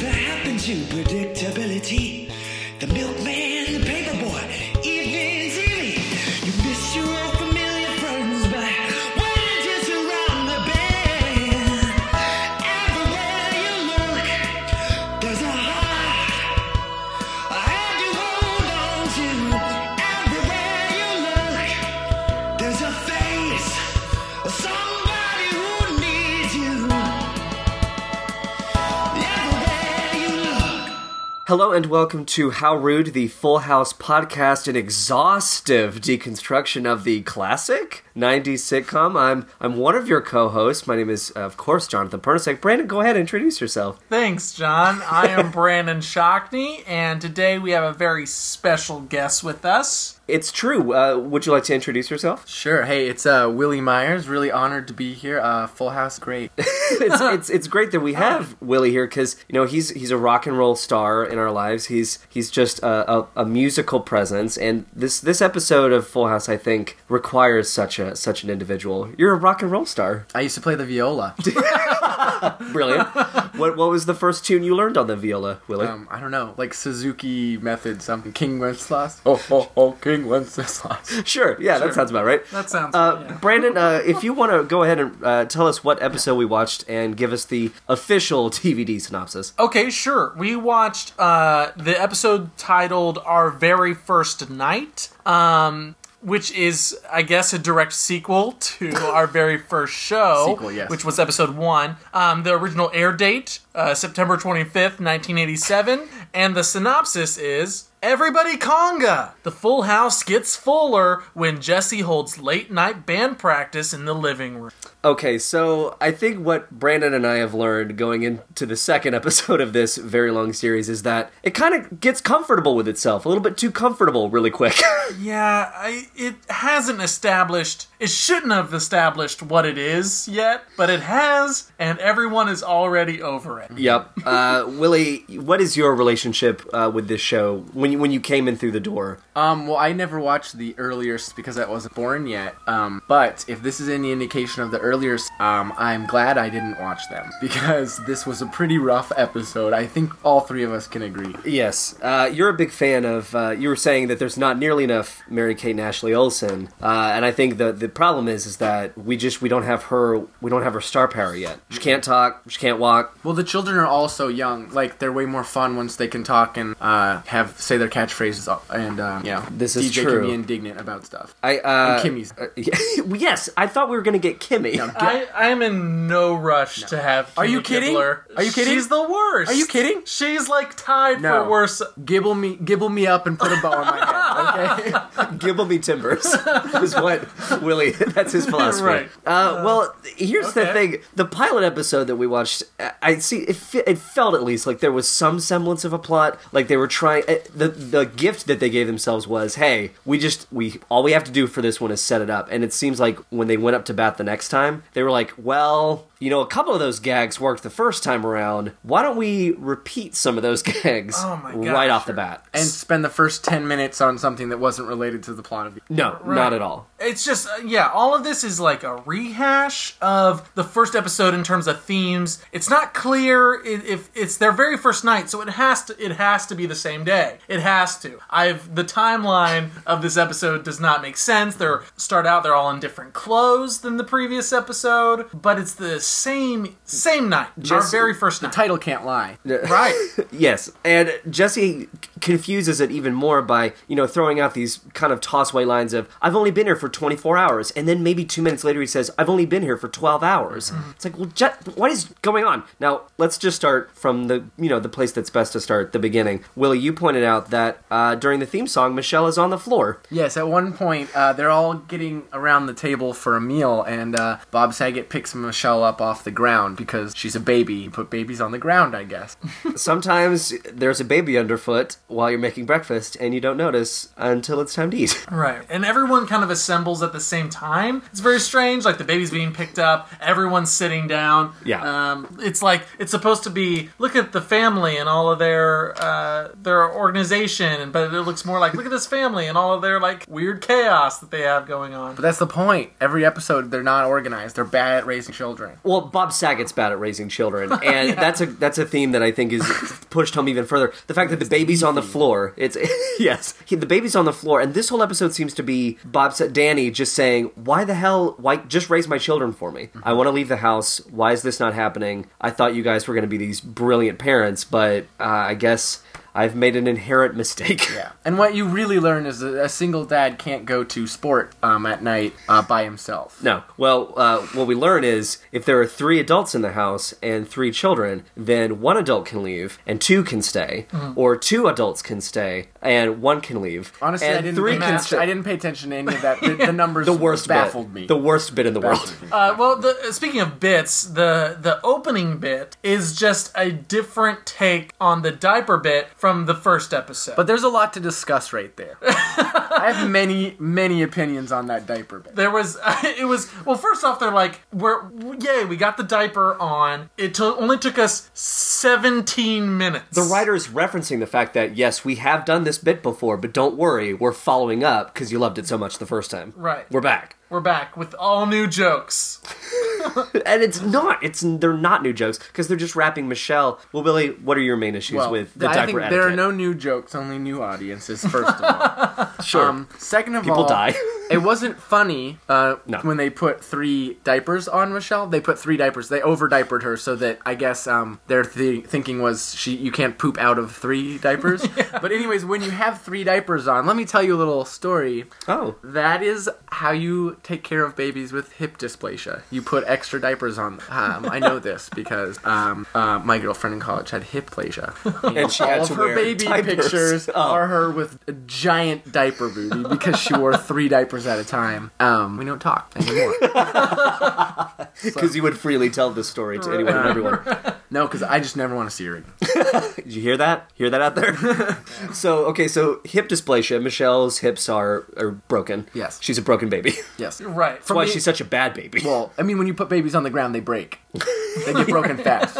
to predictability. The milkman, the paperboy, even Zilly. You miss your old familiar friends, but when you're just around the bend, everywhere you look, there's a heart. And you hold on to everywhere you look, there's a face of somebody who needs you. Everywhere you look. Hello and welcome to How Rude, the Full House podcast, an exhaustive deconstruction of the classic 90s sitcom. I'm I'm one of your co-hosts. My name is, of course, Jonathan Pernasek. Brandon, go ahead and introduce yourself. Thanks, John. I am Brandon Shockney, and today we have a very special guest with us. It's true. Uh, would you like to introduce yourself? Sure. Hey, it's uh, Willie Myers. Really honored to be here. Uh, Full House, great. it's, it's it's great that we have Willie here because you know he's he's a rock and roll star in our lives. He's he's just a, a, a musical presence, and this this episode of Full House I think requires such a such an individual. You're a rock and roll star. I used to play the viola. Brilliant. what what was the first tune you learned on the viola, Willie? Um, I don't know, like Suzuki method, something. King Wenceslas. Oh, oh, oh, King Wenceslas. sure. Yeah, that sounds about right. That sounds Uh, yeah. Brandon, uh, if you want to go ahead and uh, tell us what episode we watched and give us the official DVD synopsis. Okay, sure. We watched uh, the episode titled "Our Very First Night," um, which is, I guess, a direct sequel to our very first show, Sequel, yes. which was episode one. Um, the original air date, uh, September twenty fifth, nineteen eighty seven, and the synopsis is. Everybody conga! The full house gets fuller when Jesse holds late night band practice in the living room. Okay, so I think what Brandon and I have learned going into the second episode of this very long series is that it kind of gets comfortable with itself, a little bit too comfortable really quick. Yeah, I, it hasn't established. It shouldn't have established what it is yet, but it has, and everyone is already over it. yep. Uh, Willie, what is your relationship uh, with this show when you, when you came in through the door? Um, well, I never watched the earliest because I wasn't born yet. Um, but if this is any indication of the earliest, um, I'm glad I didn't watch them because this was a pretty rough episode. I think all three of us can agree. Yes, uh, you're a big fan of. Uh, you were saying that there's not nearly enough Mary Kate and Ashley Olsen, uh, and I think the the problem is is that we just we don't have her we don't have her star power yet. She can't talk. She can't walk. Well, the children are also young. Like they're way more fun once they can talk and uh, have say their catchphrases. all- And um, you know, This is DJ true. can be indignant about stuff. I uh, And Kimmy's- uh, yes, I thought we were gonna get Kimmy. I, I am in no rush to have. Are you Kimmy kidding? Gibbler. Are you kidding? She's the worst. Are you kidding? She's like tied No. for worst. Gibble me, gibble me up, and put a bow on my head. Okay. Gibble me timbers is what Willie. That's his philosophy. Right. Uh, well, here's the okay. thing: the pilot episode that we watched, I- I see it. fe- It felt at least like there was some semblance of a plot. Like they were trying. uh, The the gift that they gave themselves was, hey, we just we all we have to do for this one is set it up. And it seems like when they went up to bat the next time, they were like, well. You know, a couple of those gags worked the first time around. Why don't we repeat some of those gags Oh my right gosh. off the bat? and spend the first ten minutes on something that wasn't related to the plot of the. no, not at all. It's just, uh, yeah, all of this is like a rehash of the first episode in terms of themes. It's not clear i- if it's their very first night, so it has to it has to be the same day. It has to. I've the timeline of this episode does not make sense. They're start out they're all in different clothes than the previous episode, but it's the same same night. Just- our very first The night. title can't lie. right. Yes, and Jesse c- confuses it even more by you know throwing out these kind of tossaway lines of "I've only been here for 24 hours," and then maybe two minutes later he says "I've only been here for 12 hours." It's like, well, Je- what is going on? Now let's just start from the you know the place that's best to start, the beginning. Willie, you pointed out that uh, during the theme song, Michelle is on the floor. Yes, at one point uh, they're all getting around the table for a meal, and uh, Bob Saget picks Michelle up off the ground because she's a baby. You put babies on the ground, I guess. Sometimes there's a baby underfoot while you're making breakfast, and you don't notice until it's time to eat. Right. And everyone kind of assembles at the same time. It's very strange. Like the baby's being picked up, everyone's sitting down. Yeah. Um, it's like it's supposed to be look at the family and all of their uh, their organization, but it looks more like look at this family and all of their like weird chaos that they have going on. But that's the point. Every episode, they're not organized. They're bad at raising children. well, Bob Saget's bad at raising children, and that's a that's a theme that I think is pushed home even further. The fact that the baby's on the floor. It's yes, he, the baby's on the floor, and this whole episode seems to be Bob Sa- Danny just saying, "Why the hell? Why just raise my children for me? I want to leave the house. Why is this not happening? I thought you guys were going to be these brilliant parents, but uh, I guess." I've made an inherent mistake. Yeah. And what you really learn is that a single dad can't go to sport um, at night uh, by himself. No. Well, uh, what we learn is if there are three adults in the house and three children, then one adult can leave and two can stay, or two adults can stay and one can leave. Honestly, and I didn't. three pay can match- stay. I didn't pay attention to any of that. The, the numbers The worst baffled bit. me. The worst bit in the world. Baffled me. Uh, well, the, speaking of bits, the the opening bit is just a different take on the diaper bit from the first episode. But there's a lot to discuss right there. I have many, many opinions on that diaper bit. there was it was well first off they're like we're yay we got the diaper on it took only took us 17 minutes The writer is referencing the fact that yes, we have done this bit before, but don't worry, we're following up because you loved it so much the first time. Right. We're back. we're back with all new jokes And it's not. It's they're not new jokes because they're just wrapping Michelle. Well, Billy, what are your main issues Well, with the I diaper think etiquette? there are no new jokes, only new audiences. First of all, sure. um, second of People all, die. it wasn't funny uh, No. when they put three diapers on Michelle. They put three diapers. They over diapered her so that I guess um, their th- thinking was she you can't poop out of three diapers. But anyways, when you have three diapers on, let me tell you a little story. oh. That is how you take care of babies with hip dysplasia. You put extra diapers on them. Um, I know this because um, uh, my girlfriend in college had hip plasia. And she all had of to her wear baby diapers. pictures Oh. are her with a giant diaper booty because she wore three diapers at a time. Um, we don't talk anymore. Because you would freely tell this story to anyone and everyone. no, because I just never want to see her again. Did you hear that? Hear that out there? so, okay, so hip dysplasia. Michelle's hips are, are broken. Yes. She's a broken baby. That's Yes. right why me- she's such a bad baby. Well, I mean, when you put babies on the ground, they break. They get broken fast.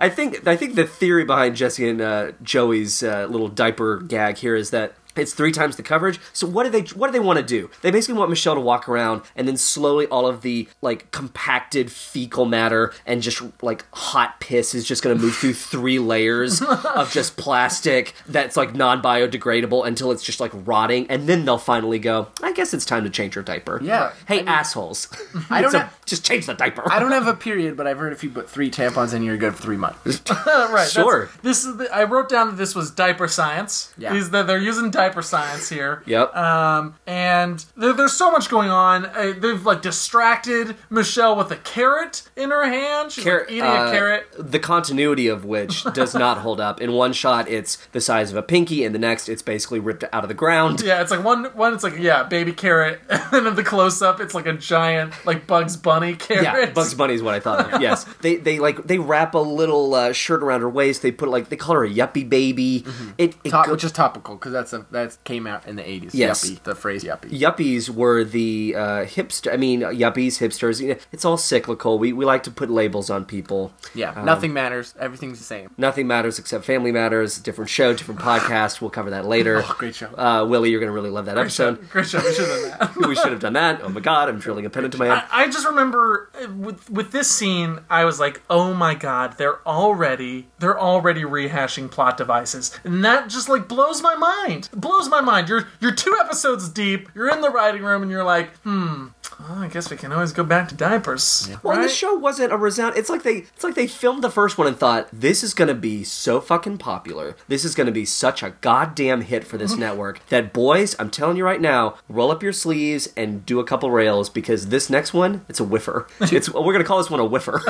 I think I think the theory behind Jesse and uh, Joey's uh, little diaper gag here is that it's three times the coverage. So what do they what do they want to do? They basically want Michelle to walk around and then slowly all of the like compacted fecal matter and just like hot piss is just going to move through three layers of just plastic that's like non biodegradable until it's just like rotting, and then they'll finally go. I guess it's time to change your diaper. Yeah. Hey assholes! I don't So have- just change the diaper. I don't have a period, but I've heard if you put three tampons in, you're good for three months. right Sure. that's- this is the, i wrote down that this was diaper science Yeah. is that they're using diaper science here Yep. Uh, um and there, there's so much going on uh, they've like distracted michelle with a carrot in her hand she's like, Carrot, eating uh, a carrot The continuity of which does not hold up. In one shot, it's the size of a pinky, and the next, it's basically ripped out of the ground. Yeah, it's like one one. It's like yeah, baby carrot, and then the close up, it's like a giant like Bugs Bunny carrot. Yeah, Bugs Bunny is what I thought of. Yes, they they like they wrap a little uh, shirt around her waist. They put like they call her a yuppie baby. Mm-hmm. It, it Top, go- which is topical because that's a, that came out in the 80s. Yes. Yuppie, the phrase yuppie. yuppies were the uh, hipster. I mean, yuppies, hipsters. You know, it's all cyclical. We we like to put labels on people. Yeah, nothing matters. Everything's the same. Nothing matters except family matters. Different show, different podcast. We'll cover that later. Great show. Uh, Willie, you're gonna really love that episode. Oh, Great show. We should have done that. we should have done that. Oh my god, I'm drilling a pin into my head. I, I just remember uh, with with this scene, I was like, oh my god, they're already they're already rehashing plot devices, and that just like blows my mind. It blows my mind. You're you're two episodes deep. You're in the writing room, and you're like, hmm. well, I guess we can always go back to diapers. Well, and right? the show wasn't a resound. It's like they, it's like they filmed the first one and thought this is going to be so fucking popular. This is going to be such a goddamn hit for this network that boys, I'm telling you right now, roll up your sleeves and do a couple rails because this next one, it's a whiffer. It's we're going to call this one a whiffer.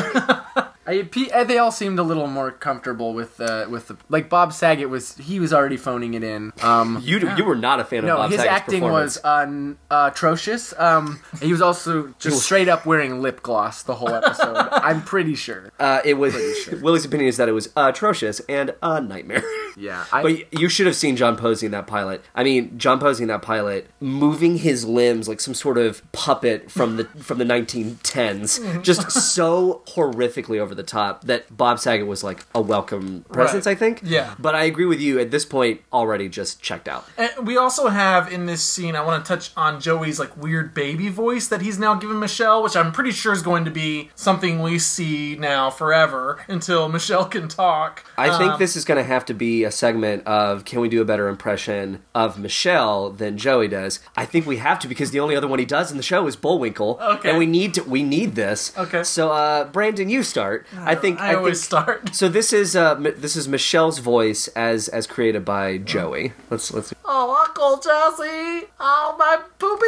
I, P- uh, they all seemed a little more comfortable with uh, with the like Bob Saget was he was already phoning it in. Um, you you were not a fan no, of Bob his Saget's acting performance. was un- atrocious. Um, he was also just straight up wearing lip gloss the whole episode. I'm pretty sure. Uh, it was Willie's opinion is that it was atrocious and a nightmare. Yeah, I- but you should have seen John Posey in that pilot. I mean, John Posey in that pilot moving his limbs like some sort of puppet from the from the Mm-hmm. 1910s, just so horrifically over the top that Bob Saget was like a welcome presence. Right. I think. Yeah. But I agree with you at this point already. Just checked out. And we also have in this scene, I want to touch on Joey's like weird baby voice that he's now giving Michelle, which I'm pretty sure is going to be something we see now forever until Michelle can talk. I Um, think this is going to have to be a segment of can we do a better impression of Michelle than Joey does? I think we have to because the only other one he does in the show is Bullwinkle, Okay. and we need to we need this. Okay. So uh, Brandon, you start. I think I, always think, start. So this is uh, Mi- this is Michelle's voice as as created Mm. by Joey. Let's let's. Oh, Uncle Jesse! Oh, my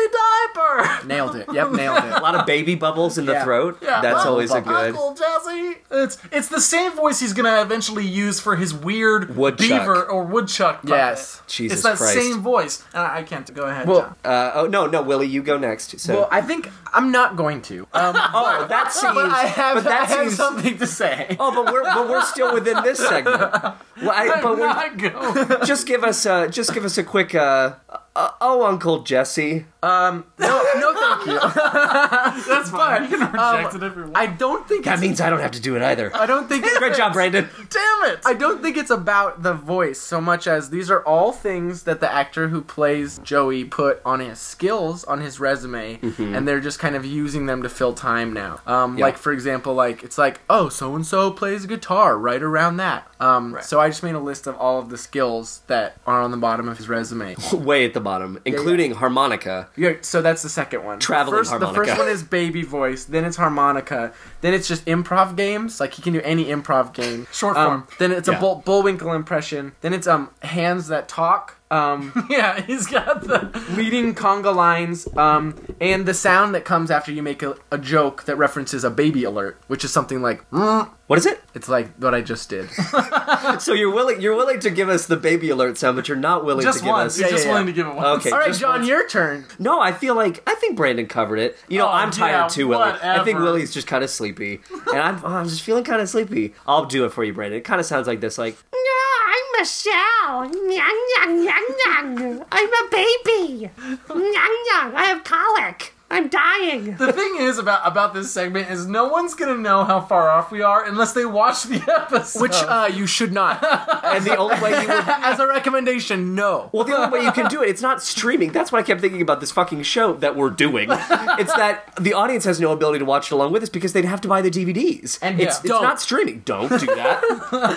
poopy diaper! nailed it. Yep, nailed A it. lot of baby bubbles in the Yeah. throat. Yeah. That's Bubble, always a bubble. good. Uncle Jesse. It's it's the same voice he's gonna eventually use for his weird Woodchuck. beaver or woodchuck. Puppet. Yes. Jesus it's that Christ. same voice. Uh, I can't go ahead. Well, John. Uh, oh no no Willie, you go next. So Well, I think I'm not going to. Um, oh that seems. but I have, but that I have seems- something to say. Oh, but we're but we're still within this segment. Well, I- I'm but we're- not going. just give us uh just give us a quick uh, uh oh Uncle Jesse. No, no, thank you. That's fine. You can reject it if you want. I don't think That it's, means I don't have to do it either. I don't think Great job, Brandon. Damn it! I don't think it's about the voice so much as these are all things that the actor who plays Joey put on his skills on his resume, Mm-hmm. and they're just kind of using them to fill time now. Um, Like for example, like it's like oh, so and so plays guitar right around that. Um, So I just made a list of all of the skills that are on the bottom of his resume. Way at the bottom, including harmonica. Yeah, so that's the second one. Traveling first, The harmonica. first one is baby voice, then it's harmonica, then it's just improv games. Like he can do any improv game. Short Um, form. Then it's Yeah. a bull, Bullwinkle impression. Then it's um hands that talk. Um, yeah, he's got the. leading conga lines. Um, and the sound that comes after you make a, a joke that references a baby alert, which is something like "Mm." What is it? it's like what I just did. So you're willing you're willing to give us the baby alert sound, but you're not willing Just to give once. us. He's Yeah, just yeah, willing yeah. to give it once. Okay. all right, just John, once. your turn. No, I feel like I think Brandon covered it. You know, Oh, I'm tired yeah, too, Willie. I think whatever. Willie's just kind of sleepy, and I'm oh, I'm just feeling kind of sleepy. I'll do it for you, Brandon. It kind of sounds like this, like No, I'm Michelle. Nyang, nyang, nyang, nyang. I'm a baby. Nyang, nyang. I have colic. I'm dying. Oh. The thing is about about this segment is no one's gonna know how far off we are unless they watch the episode. Which uh, you should not. and the only way you would As a recommendation, no. Well, the only way you can do it, it's not streaming. That's what I kept thinking about this fucking show that we're doing. It's that the audience has no ability to watch it along with us because they'd have to buy the DVDs. And it's, it's yeah. Don't. not streaming. Don't do that.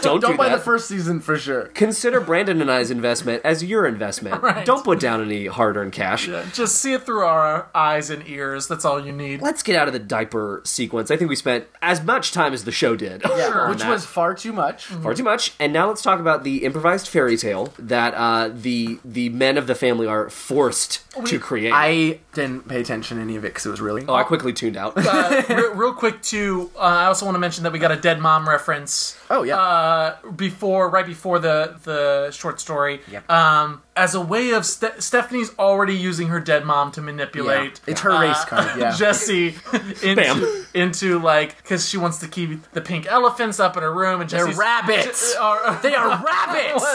Don't, do Don't buy that. the first season for sure. Consider Brandon and I's investment as your investment. Right. Don't put down any hard earned cash. just see it through our eyes and ears. That's all you need. Let's get out of the diaper sequence. I think we spent as much time as the show did. on Which that. was far too much. far too much. And now let's talk about the improvised fairy tale that uh, the the men of the family are forced to create. I didn't pay attention to any of it because it was really. oh, I quickly tuned out. Uh, re- real quick too, uh, I also want to mention that we got a dead mom reference. Oh, yeah. Uh, before, right before the the short story. Yep. Um, as a way of Ste- Stephanie's already using her dead mom to Oh, manipulate. It's her Uh-huh. race card. Yeah. Jesse into, Bam. into like because she wants to keep the pink elephants up in her room and They're Jesse's rabbits. Je- Oh. are- they are rabbits.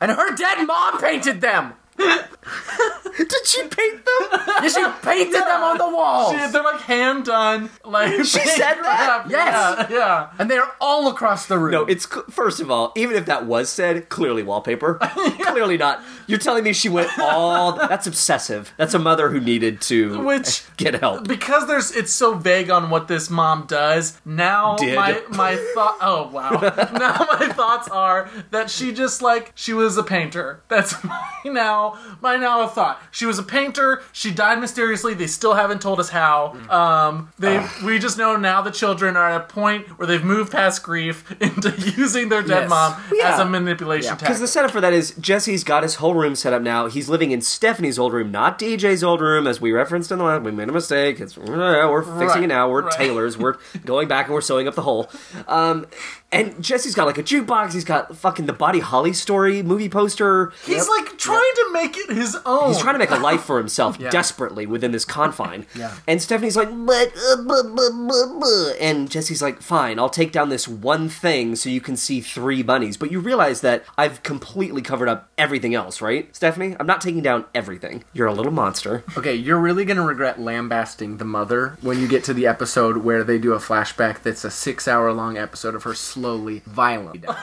and her dead mom painted them. Did she paint them? Yeah, she painted them on the walls. they're like hand done like she said that? Yes. yeah, yeah. and they are all across the room. No, it's cl- first of all, even if that was said, clearly wallpaper. Clearly not. You're telling me she went all That's obsessive. That's a mother who needed to Which- get help. because there's it's so vague on what this mom does now Did. my my thought oh wow now my thoughts are that she just like she was a painter that's my now my now thought she was a painter she died mysteriously they still haven't told us how um they we just know now the children are at a point where they've moved past grief into using their dead Yes. mom as Yeah. a manipulation Yeah. 'Cause Because tactic the setup for that is Jesse's got his whole room set up now. He's living in Stephanie's old room, not DJ's old room, as we referenced in the last. We made a mistake. It's we're fixing it now. We're Right. tailors. We're going back and we're sewing up the hole. Um, and Jesse's got like a jukebox. He's got fucking the Body Holly story movie poster. He's like trying to make it his own. He's trying to to Oh. make a life for himself desperately within this confine. Yeah. And Stephanie's like, but, uh, but, but, but, but," and Jesse's like, fine, I'll take down this one thing so you can see three bunnies. But you realize that I've completely covered up everything else, right, Stephanie? I'm not taking down everything. You're a little monster. Okay, you're really gonna regret lambasting the mother when you get to the episode where they do a flashback that's a six hour long episode of her slowly violently dying.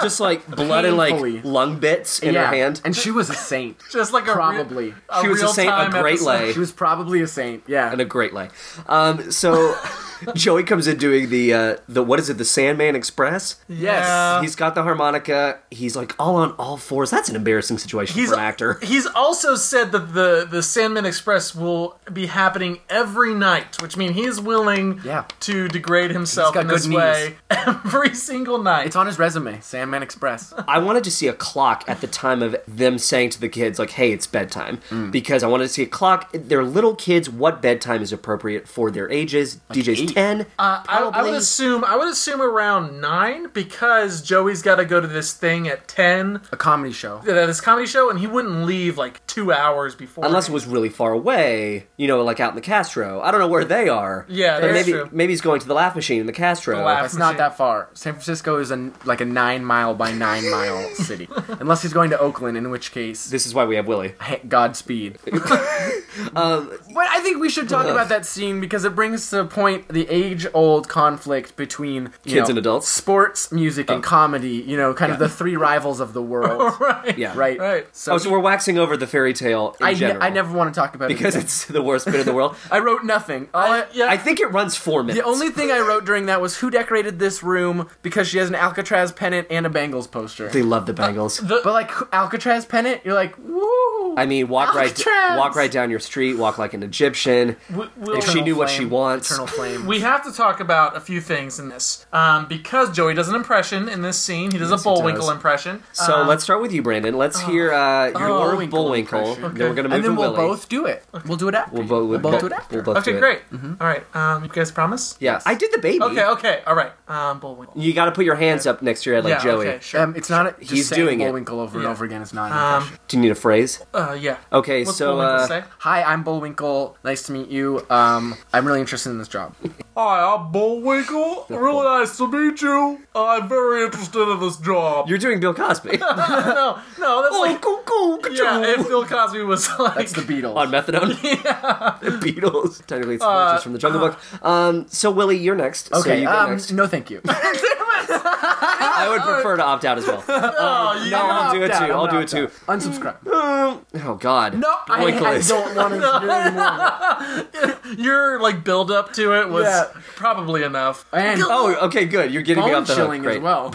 Just like blood and Painfully. like lung bits in her hand. And she was a saint. Just like a real- Probably. a She was a saint, a real-time great episode. lay. She was probably a saint, yeah. in a great way. Um, so Joey comes in doing the uh, the what is it? The Sandman Express. Yes. Yeah. He's got the harmonica. He's like all on all fours. That's an embarrassing situation for an actor. He's also said that the the Sandman Express will be happening every night, which means he's willing Yeah. to degrade himself He's got in this good way every single night. It's on his resume, Sandman Express. I wanted to see a clock at the time of them saying to the kids like, "Hey, it's bedtime," Mm. because I wanted to see a clock. They're little kids. What bedtime is appropriate for their ages? DJ's eight. ten. Uh, I, I would probably- assume I would assume around nine because Joey's got to go to this thing at ten, a comedy show. uh, this comedy show, and he wouldn't leave like two hours before. Unless it was really far away, you know, like out in the Castro. I don't know where they are. Yeah, But that's maybe true. maybe he's going to the Laugh Machine in the Castro. The Laugh That's not Machine. that far. San Francisco is a, like a nine mile by nine mile city. Unless he's going to Oakland, in which case, This is why we have Willie. he- Godspeed. Um, but I think we should talk about that scene because it brings to point the age old conflict between you Kids know, and adults. Oh. sports, music, and comedy, you know, kind of the three rivals of the world. right, Yeah. Right. right. So, Oh, so we're waxing over the fairy tale in I, ne- general. I never want to talk about because it. it's the worst bit of the world. I wrote nothing. All I- yeah, I think it runs four minutes. The only thing I wrote during that was who decorated this room because she has an Alcatraz pennant and a Bengals poster. they love the Bengals. But like who- Alcatraz pennant, you're like, woo. I mean, walk right, Alcatraz! walk right down your street, walk like an Egyptian. we- we'll- if she knew what she wants, Eternal flame. We have to talk about a few things in this um, because Joey does an impression in this scene. He does a Yes, he Bullwinkle does. impression. Uh, so let's start with you, Brandon. Let's hear uh, your uh, oh, Lord Bullwinkle Bullwinkle. impression. Then we're gonna move and then to we'll Willie. both do it. We'll do it after. We'll, bo- we'll both do it after. We'll both do okay, it. Mm-hmm. great. All right, um, you guys promise? Yeah, I did the baby. Okay, okay, all right. Um, Bullwinkle. You got to put your hands up next to your head like yeah, Joey. okay, sure. Um, it's not. A, just He's saying doing it. Bullwinkle over and over again is not. An impression. Do you need a phrase? uh, yeah. Okay, What's so Bullwinkle uh, say? Hi, I'm Bullwinkle. Nice to meet you. Um, I'm really interested in this job. Hi, I'm Bullwinkle. Really nice to meet you. I'm very interested in this job. you're doing Bill Cosby. no, no, that's like yeah. If Bill Cosby was like That's the Beatles. on methadone. the Beatles. Technically, it's monsters from the Jungle Book. Um, so Willie, you're next. so Uh, okay. you go um, next. No, thank you. I would prefer to opt out as well. oh, no, yeah. I'll do it Opt out, too. I'll I'm do not it too. opt out. Unsubscribe. Um, oh God. No, I- I, I Boinkless. don't want to do anymore. your like build up to it was Yeah. probably enough. And Oh, okay, good. You're getting me bone off the hook. chilling Great. as well.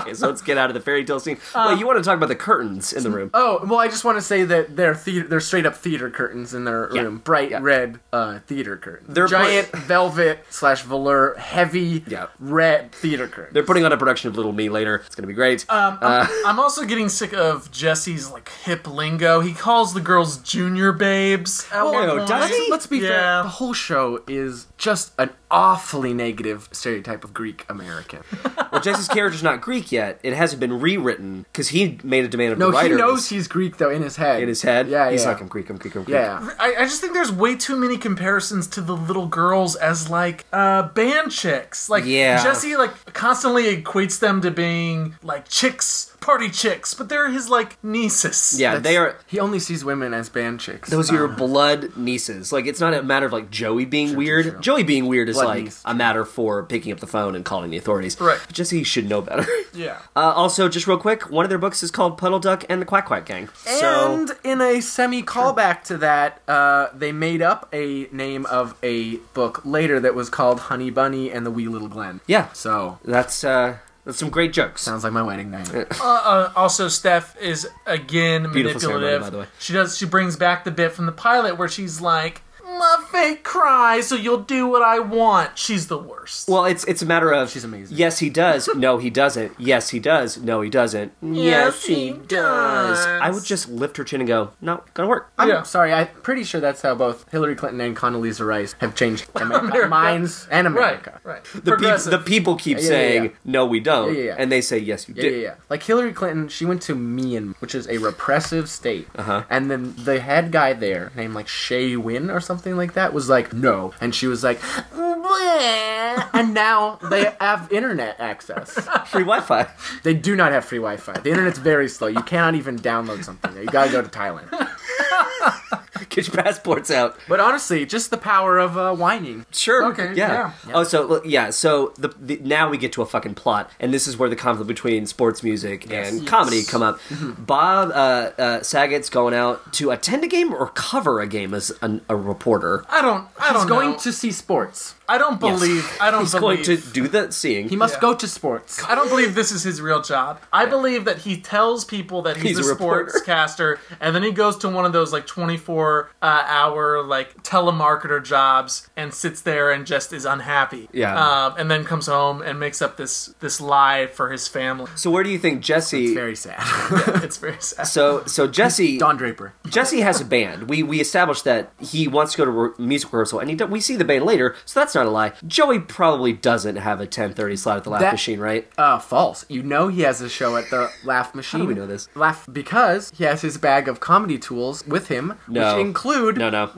Okay, so let's get out of the fairy tale scene. Uh, well, you want to talk about the curtains in the room? Oh well, I just want to say that they're theater, they're straight up theater curtains in their room, bright red uh, theater curtains, They're giant velvet slash velour heavy Yeah. red theater curtains. They're putting on a production of Little Me later. It's gonna be great. Uh, Um, I'm, I'm also getting sick of Jesse's like hip lingo. He calls the girls junior babes. at one no, point. does he? Let's, let's be Yeah. fair. The whole show is just an awfully negative stereotype of Greek American. well, Jesse's character's not Greek yet. It hasn't been rewritten because he made a demand of No, the writers he knows he's Greek though in his head. in his head. Yeah, he's yeah. like I'm Greek. I'm Greek. I'm Greek. yeah. I, I just think there's way too many comparisons to the little girls as like uh, band chicks. Like Yeah. Jesse like constantly equates them to being like chicks, party chicks, but they're his like nieces. yeah. They are He only sees women as band chicks. Those are your Uh, blood nieces. Like it's not a matter of like Joey being weird. true. Joey being weird is Blood like niece, a matter for picking up the phone and calling the authorities. Right. But Jesse should know better. Yeah. Uh, also, just real quick, one of their books is called Puddle Duck and the Quack Quack Gang. So And in a semi callback to that, uh, they made up a name of a book later that was called Honey Bunny and the Wee Little Glen. yeah, So that's uh, that's some great jokes. sounds like my wedding night. Uh, also, Steph is again Beautiful ceremony, manipulative. by the way. She does. She brings back the bit from the pilot where she's like, "Mm, love fake cry, so you'll do what I want. She's the worst. Well, it's it's a matter of She's amazing. Yes, he does. No, he doesn't. Yes, he does. No, he doesn't. Yes, he does. I would just lift her chin and go, "No, gonna work." I'm Yeah. sorry. I'm pretty sure that's how both Hillary Clinton and Condoleezza Rice have changed America, minds and right, America. right. The, peop Progressive. the people keep Yeah, yeah, saying, yeah. "No, we don't," Yeah, yeah, yeah. and they say, "Yes, you Yeah, do." yeah, yeah. Like Hillary Clinton, she went to Myanmar, which is a repressive state. Uh-huh. And then the head guy there, named like Shay Win or something like that, was like, no. And she was like, "Bleh." and now they have internet access. Free Wi-Fi. They do not have free Wi Fi. The internet's very slow. You cannot even download something. You gotta go to Thailand. Get your passports out. But honestly, just the power of uh, whining. Sure. Okay, Yeah. Oh, so well, yeah. So the, the now we get to a fucking plot, and this is where the conflict between sports music and comedy come up. Bob uh, uh, Saget's going out to attend a game or cover a game as an, a reporter. I don't. I He's don't going know. to see sports. I don't believe. I don't He's going believe. to do the seeing. He must Yeah. go to sports. I don't believe this is his real job. I believe that he tells people that he's, He's a a, reporter. sportscaster, and then he goes to one of those like 24 uh, hour like telemarketer jobs and sits there and just is unhappy. Yeah. Um, and then comes home and makes up this this lie for his family. so where do you think Jesse? Very sad. it's very sad. So so Jesse Don Draper. Jesse has a band. We we established that he wants to go to re- music rehearsal, and he do- we see the band later, so that's not a lie. Joey probably doesn't have a ten thirty slot at the Laugh That- Machine, right? Uh, false. You know he has a show at the Laugh Machine. do we know this? Laugh because he has his bag of comedy tools with him, No. which include No, no.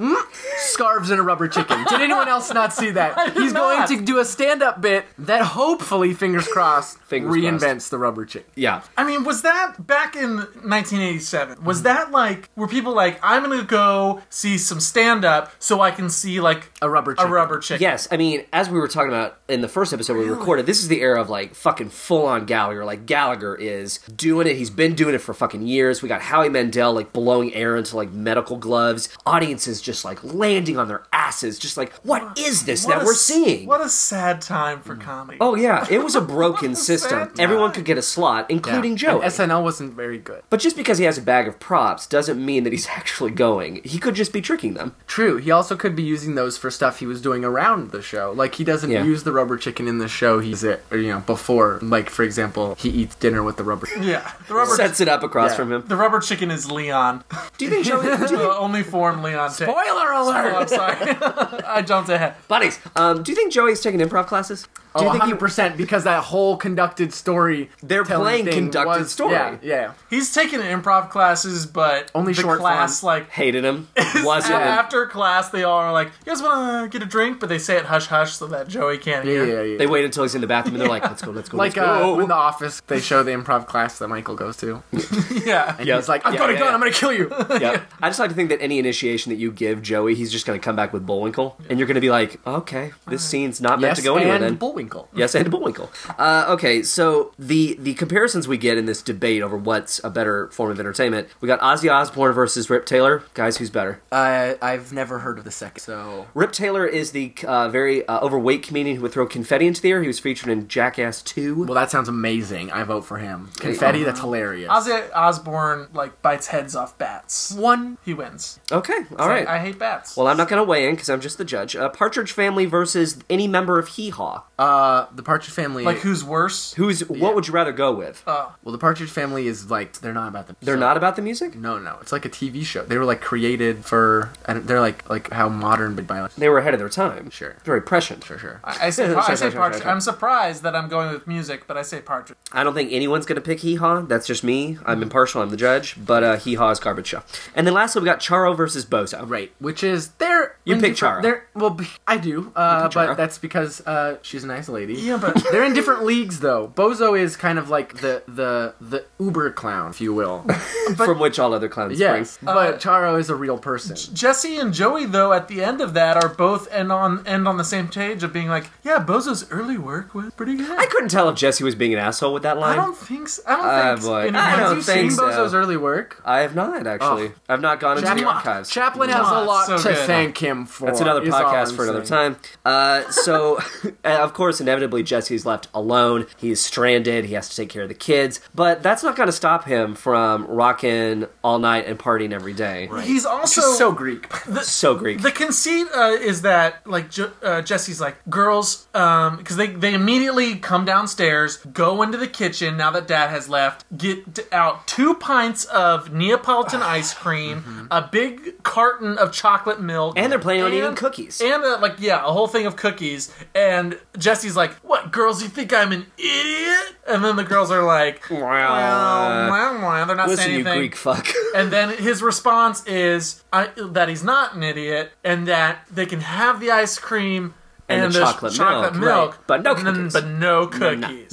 scarves and a rubber chicken. Did anyone else not see that? He's not. going to do a stand-up bit that hopefully, fingers crossed, Fingers reinvents crossed. the rubber chicken. Yeah. I mean, was that back in 1987? Mm. Was that like were people like I'm going to go see some stand up so I can see like A rubber chicken. a rubber chicken? Yes, I mean, as we were talking about in the first episode we recorded, this is the era of like fucking full on Gallagher. Like Gallagher is doing it. He's been doing it for fucking years. We got Howie Mandel like blowing air into like medical gloves. Audiences just like landing on their asses, just like, what is this What that a we're s- seeing? What a sad time for comedy. Oh yeah, it was a broken system. sad Everyone time. could get a slot, Yeah. including And Joe. SNL wasn't very good. But just because he has a bag of props doesn't mean that he's actually going. He could just be tricking them. True. He also could be using those for stuff he was doing around the show. Like he doesn't Yeah. use the rubber chicken in the show. He's it, or, you know, before. Like for example, he eats dinner with the rubber. Yeah, the rubber Sets it up across Yeah. from him. the rubber chicken is Leon. Do you think Joey? the only form Leon takes. Spoiler alert! Oh, I'm sorry, I jumped ahead. Buddies, um, do you think Joey's taking improv classes? Do you Oh, think he- 100% because that whole conducted story. They're telling playing thing conducted was- story. Yeah, yeah. He's taking improv classes, but Only the short class form. like. hated him? Wasn't. After class, they all are like, "You guys want to get a drink?" But they say it hush hush so that Joey can't Yeah, hear. yeah, yeah. They wait until he's in the bathroom and they're like, "Let's go, let's go, like let's uh, go." in the office, they show the improv class that Michael goes to, and Yeah, Yeah. he's like, "I've Yeah, got a yeah, gun, yeah. I'm gonna kill you." yeah. I just like to think that any initiation that you give Joey, he's just going to come back with Bullwinkle, and you're going to be like, "Okay, this scene's not meant yes, to go anywhere." and then Bullwinkle. Yes, and Bullwinkle. Uh, okay, so the the comparisons we get in this debate over what's a better form of entertainment, we got Ozzy Osbourne versus Rip Taylor. Guys, who's better? Uh, I've never heard of the second. So Rip Taylor is the uh, very uh, overweight comedian who would throw confetti into the air. He was featured in Jackass 2. well, that sounds amazing. I vote for him. Confetti, that's hilarious. Ozzy Osbourne like bites heads off bats. One. He wins. okay, all right. I, I hate bats. well, I'm not going to weigh in because I'm just the judge. Uh, Partridge Family versus any member of Hee Haw. Uh, the Partridge Family. like who's worse? Who's what would you rather go with? well, the Partridge Family is like they're not about the. They're not about the music. No, no, it's like a TV show. They were like created for. And they're like like how modern Big Violence. They were ahead of their time. Sure. Very prescient. For sure. I say, I Sorry, say sorry, sorry, partridge. sorry. I'm surprised that I'm going with music, but I say partridge. I don't think anyone's going to pick Hee Haw. That's just me. I'm impartial. I'm the judge. But uh, Hee Haw is garbage show. And then lastly, we got Charo versus Bozo. Right, which is they're You in pick different- Chara. They're well, b- I do, uh, pick Chara. but that's because uh, she's a nice lady. Yeah, but They're in different leagues though. Bozo is kind of like the the the Uber clown, if you will. from which all other clowns yes, spring. but Charo is a real person. Jesse and Joey, though, at the end of that, are both end on end on the same page of being like, yeah, Bozo's early work was pretty good. I I, couldn't tell if Jesse was being an asshole with that line. I, don't think so. I don't Ah, think boy. anyone- I Have don't you think seen so. Uh, Bozo's early work? have not actually. Oh. I've not gone into the Chaplin- archives. Chaplin has a Oh, lot so to good. thank him for. That's another is all podcast I'm for another saying. time. Uh, so, uh, of course, inevitably, Jesse's left alone. He's stranded. He has to take care of the kids. But that's not going to stop him from rocking all night and partying every day. He's also She's so Greek. So Greek. The conceit uh, is that like Je- uh, Jesse's like girls, um, because they they immediately come downstairs, go into the kitchen now that Dad has left, get t- out two pints of Neapolitan ice cream, a big carton of chocolate milk, Mm-hmm. And they're planning on eating cookies. and uh, like yeah, a whole thing of cookies. And Jesse's like, "What girls? You think I'm an idiot?" And then the girls are like, "Well, Wow. well, well," they're not Listen, saying you anything." Greek fuck. And then his response is I, that he's not an idiot and that they can have the ice cream And and, the the chocolate chocolate milk, milk, right. But no and then- cookies. but no no, cookies.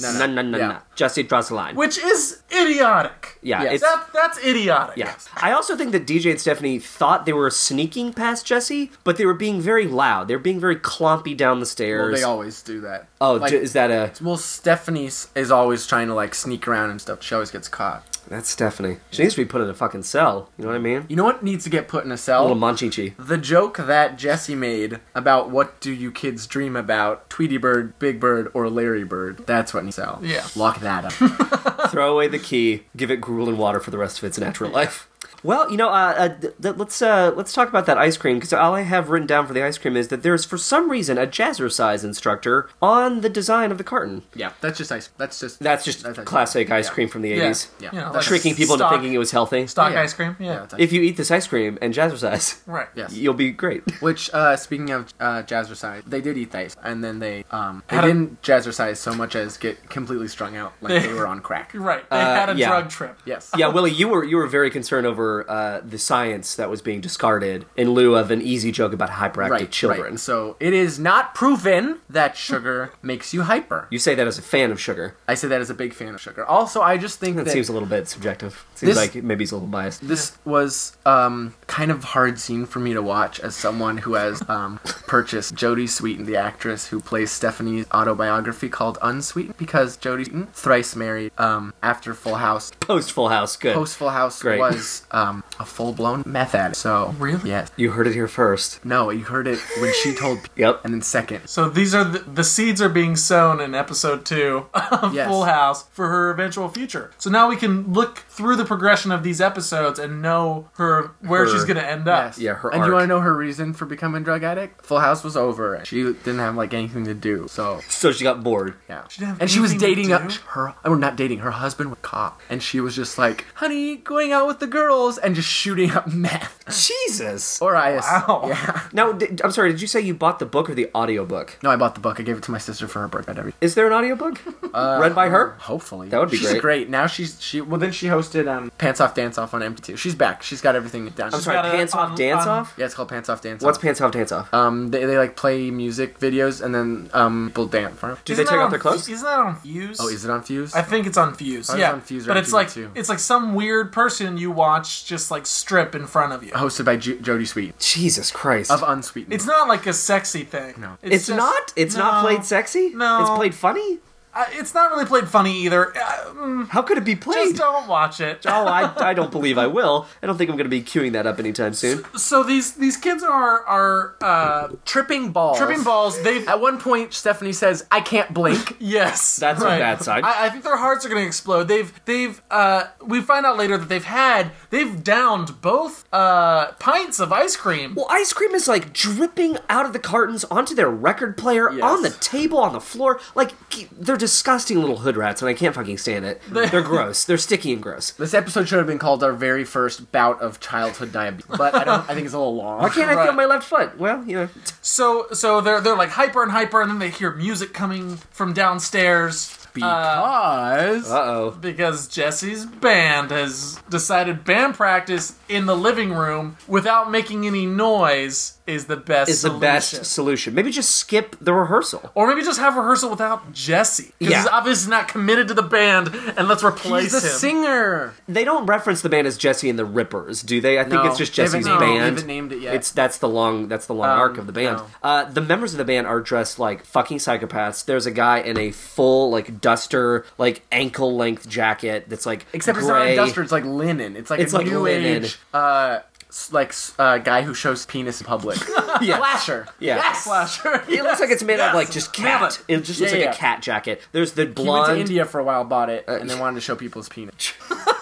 no, no, no, Yeah. no. Jesse draws the line. Which is idiotic. yeah, Yes. it's That, that's idiotic. Yeah. I also think that DJ and Stephanie thought they were sneaking past Jesse, but they were being very loud. They were being very clompy down the Well, stairs. they always do that. oh, like, j- is that a. well, Stephanie s- is always trying to like sneak around and stuff. She always gets caught. That's Stephanie. She needs to be put in a fucking cell. You know what I mean? You know what needs to get put in a A cell? little Monchichi. the joke that Jesse made about what do you kids dream about, Tweety Bird, Big Bird, or Larry Bird. That's what needs to sell. Yeah. Lock that up. Throw away the key. Give it gruel and water for the rest of its natural life. Well, you know, uh, uh, th- th- let's uh, let's talk about that ice cream because all I have written down for the ice cream is that there is, for some reason, a jazzercise instructor on the design of the carton. yeah. That's just ice. That's just. That's just That's- classic ice yeah. cream from the Yeah. eighties. Yeah. You know, That's Tricking people stock- into thinking it was healthy. Stock Yeah. ice cream. Yeah. Yeah. it's ice- if you eat this ice cream and jazzercise, right. yes. you'll be great. Which, uh, speaking of uh, jazzercise, they did eat dice, and then they um, they Had a- didn't jazzercise so much as get completely strung out like they were on crack. You're right. They Uh, had a yeah. drug trip. Yes. yeah, Willie, you were you were very concerned over uh, the science that was being discarded in lieu of an easy joke about hyperactive Right. children. Right. So it is not proven that sugar makes you hyper. You say that as a fan of sugar. I say that as a big fan of sugar. Also, I just think That that seems a little bit subjective. Seems This- like maybe he's a little biased. This was um, kind of hard scene for me to watch as someone who has um, purchased Jodie Sweetin, the actress who plays Stephanie's autobiography called Unsweetened, because Jodie Sweetin, thrice married um, after Full House, Post Full House, good. post Full House Great. was um, a full blown meth addict. So Really? yes, you heard it here first. no, you heard it when she told, Yep. and then second, So these are the, the seeds are being sown in episode two of Yes. Full House for her eventual future. So now we can look through the progression of these episodes and know her where Her- she's going to end up. Yes. Ah, Yeah, her And you arc. want to know her reason for becoming a drug addict? Full House was over. and She didn't have like anything to do. So So she got bored. Yeah. didn't have and she was anything to dating a, do? her. I mean, not dating. Her husband was a cop, and she was just like, "Honey, going out with the girls and just shooting up meth." Jesus. Or I. ass- Wow. Yeah. Now, did, I'm sorry, did you say you bought the book or the audiobook? No, I bought the book. I gave it to my sister for her birthday. and Everything. Um, Is there an audiobook? Read by her? Hopefully, That would be She's great. Now she's she. Well, then she hosted um, Pants Off Dance Off on MTV. She's back. She's got um, everything done. I'm sorry, got a- Pants Off, on- Dance on- Off? Yeah, it's called Pants Off Dance What's Off. Pants Off, Dance Off? Um, they, they like play music videos and then um people dance for. Do they Isn't take that off on- their clothes? Isn't that on Fuse? Oh, is it on Fuse? I think it's on Fuse. I was yeah, on Fuse or but on it's TV like too. it's like some weird person you watch just like strip in front of you. hosted by J- Jodie Sweet Jesus Christ. of Unsweetened. It's not like a sexy thing. No, It's, not. It's not played sexy. No. It's played funny. Uh, it's not really played funny either. Uh, How could it be played? just don't watch it. oh, I, I don't believe I will. I don't think I'm going to be queuing that up anytime soon. So these these kids are are uh, tripping balls. tripping balls. They've At one point, Stephanie says, "I can't blink." Yes, That's a right. bad sign. I, I think their hearts are going to explode. They've they've uh, we find out later that they've had they've downed both uh, pints of ice cream. Well, ice cream is like dripping out of the cartons onto their record player, Yes. on the table, on the floor. Like they're disgusting little hood rats, and I can't fucking stand it. They're gross. They're sticky and gross. This episode should have been called "Our Very First Bout of Childhood Diabetes," but I don't. I think it's a little long. Why can't I feel Right. my left foot? Well, you know, So so they're they're like hyper and hyper, and then they hear music coming from downstairs. Because uh oh. because Jesse's band has decided band practice in the living room without making any noise is the best Is the best solution. solution. Maybe just skip the rehearsal. Or maybe just have rehearsal without Jesse. Because Yeah. he's obviously not committed to the band, and let's replace he's the him. singer. They don't reference the band as Jesse and the Rippers, do they? I think No, it's just they haven't Jesse's named- band. they haven't named it yet. Um, It's that's the long that's the long arc of the band. no. Uh, the members of the band are dressed like fucking psychopaths. There's a guy in a full like duster, like ankle length jacket that's like Except gray. it's not on duster. It's like linen. It's like It's a like new linen. age. Uh, s- like s- uh, guy who shows penis in public. yeah, Flasher. Yeah. Yes. Flasher. It looks like it's made out of Yes. like just cat. It just looks Yeah, like yeah. a cat jacket. There's the He went to blonde. India for a while, bought it, and then wanted to show people his penis.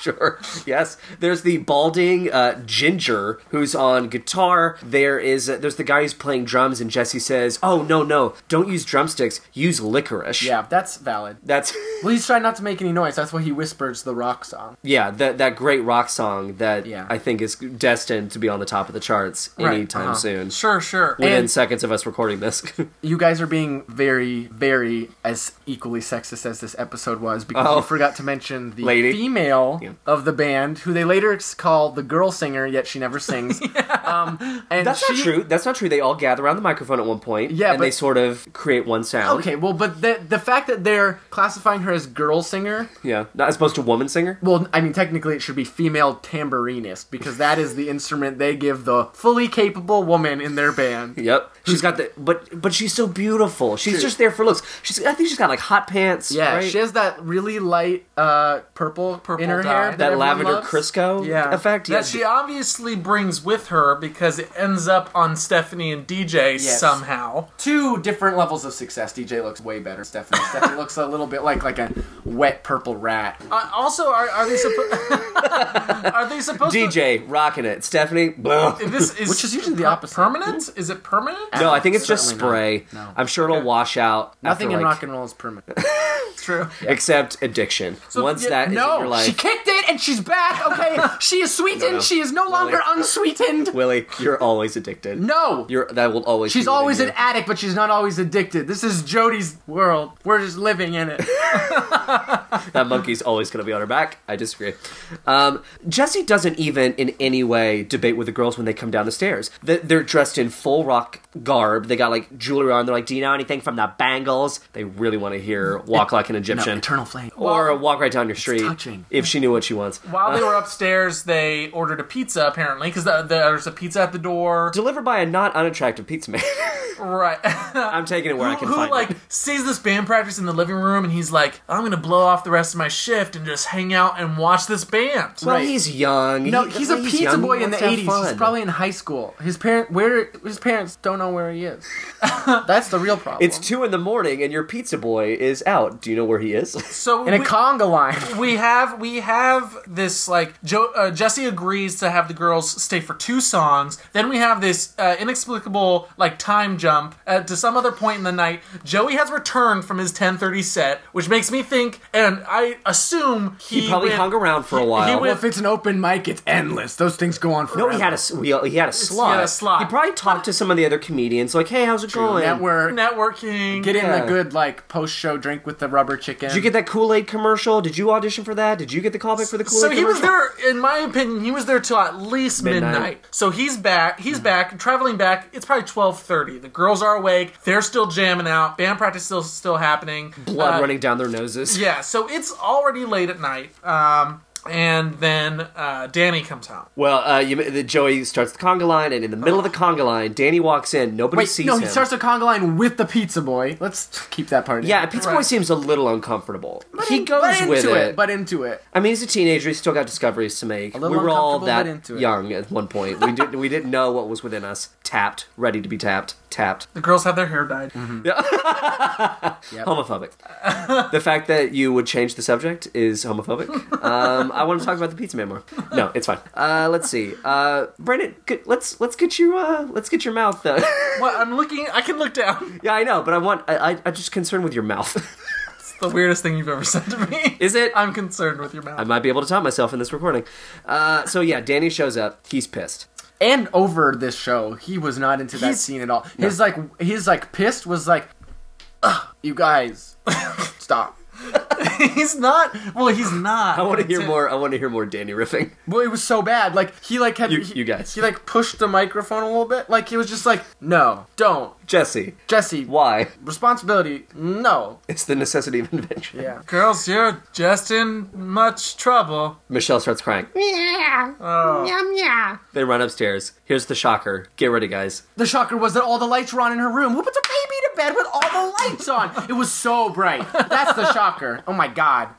Sure. Yes. There's the balding uh, ginger who's on guitar. There is uh, there's the guy who's playing drums, and Jesse says, "Oh no, no, don't use drumsticks. Use licorice." Yeah, that's valid. That's Well, he's trying not to make any noise. That's why he whispers the rock song. yeah that that great rock song that Yeah. I think is destined to be on the top of the charts Right, anytime uh-huh. soon. Sure, sure. Within And- seconds of us recording this. You guys are being very, very as equally sexist as this episode was because Oh. you forgot to mention the Lady. female Yeah. of the band, who they later call the girl singer, yet she never sings. um, and That's not she- true. That's not true. They all gather around the microphone at one point. Yeah, and they but- sort of create one sound. Okay, well, but the the fact that they're classifying her as girl singer, Yeah, not as opposed to woman singer. well, I mean, technically it should be female tambourinist because that is the instrument they give the fully capable woman in their band. Yep, she's got the but but she's so beautiful. She's True. just there for looks. She's I think she's got like hot pants. Yeah, right? she has that really light uh, purple, Purple in her dye. hair. That that everyone lavender loves. Crisco Yeah. effect. That Yeah. she obviously brings with her because it ends up on Stephanie and DJ Yes. somehow. Two different levels of success. DJ looks way better. than Stephanie. Stephanie looks a little bit like like a wet purple rat. Uh, also, are, are they supposed? are they supposed to? DJ rocking it. Stephanie. blah. This is Which is usually the per- opposite. Uh, Permanent? Is it permanent? No, I think it's just Certainly spray. not. No. I'm sure it'll wash out. Nothing after, in like- rock and roll is permanent. It's true. except addiction. Once yeah, that is no, in your life, she kicked it and she's back. Okay, she is sweetened. No, no. She is no longer unsweetened. Willie, you're always addicted. No, you're that will always. she's be what always you an do. addict, but she's not always addicted. This is Jody's world. We're just living in it. that monkey's always going to be on her back. I disagree. Um, Jesse doesn't even in any way debate with the girls when they come down the stairs. They- They're dressed in full rock garb. They got like jewelry on. They're like, "Do you know anything from the Bangles?" They really want to hear "Walk Like an Egyptian" flame. or "Walk Right Down Your Street." touching. If she knew what she wants. While uh. they were upstairs, they ordered a pizza apparently because the, there's a pizza at the door. Delivered by a not unattractive pizza man. Right. I'm taking it where I can who find like it. sees this band practice in the living room and he's like, I'm gonna blow off the rest of my shift and just hang out and watch this band. Well, right. he's young. No, He- he's a pizza young. He boy in wants the to have eighties. He's fun. probably in high school. His parent, where his parents don't know where he is. That's the real problem. It's two in the morning, and your pizza boy is out. Do you know where he is? So in a we- conga line. we have we have this like jo- uh, Jesse agrees to have the girls stay for two songs. Then we have this uh, inexplicable like time jump uh, to some other point in the night. Joey has returned from his 10:30 set, which makes me think, and I assume he, He probably went- hung around for a while. went- Well, if it's an open mic, it's endless. Those things go on forever. No, he had a s- we, he had a slot. had a slot. He probably talked to some of the other comedians, like, "Hey, how's it going?" network. networking. Get in Yeah. the good like post show drink with the rubber chicken. Did you get that Kool Aid commercial? Did you audition for that? Did you get the callback for the Kool Aid? so he was commercial? there in my opinion he was there till at least midnight, Midnight. Mm-hmm. so he's back he's back traveling back it's probably 12.30 the girls are awake they're still jamming out band practice still still happening blood Uh, running down their noses. yeah so it's already late at night um and then uh, Danny comes home. Well, uh, you, the, Joey starts the conga line, and in the middle of the conga line, Danny walks in. Nobody Wait, sees no, him. he starts a conga line with the pizza boy. Let's keep that part. in. yeah, Pizza Boy Right. seems a little uncomfortable. he In- goes but into with it. but into it. I mean, he's a teenager. He's still got discoveries to make. little We were all uncomfortable, that but into it. young at one point. We didn't. We didn't know what was within us. Tapped, ready to be tapped. Tapped. The girls have their hair dyed. Mm-hmm. Homophobic. the fact that you would change the subject is homophobic. Um, I want to talk about the pizza man more. No, it's fine. Uh, let's see. Uh, Brandon, g- let's let's get you. Uh, let's get your mouth. Uh, Well, I'm looking. I can look down. yeah, I know, but I want. I, I, I'm just concerned with your mouth. It's the weirdest thing you've ever said to me. Is it? I'm concerned with your mouth. I might be able to top myself in this recording. Uh, so yeah, Danny shows up. He's pissed. And over this show, he was not into that He's- scene at all. His like his like pissed was like, Ugh, you guys, stop. he's not. Well, he's not. I want to hear more. I want to hear more Danny riffing. Well, it was so bad. Like he like had You- he, you guys. He like pushed the microphone a little bit. Like he was just like, no, don't, Jesse, Jesse. why? Responsibility, no. It's the necessity of invention. Yeah. Girls, you're just in much trouble. Michelle starts crying. Yeah. Yum, yeah. They run upstairs. Here's the shocker. Get ready, guys. The shocker was that all the lights were on in her room. Who puts a baby to bed with all the lights on. It was so bright. That's the shocker. Oh my god.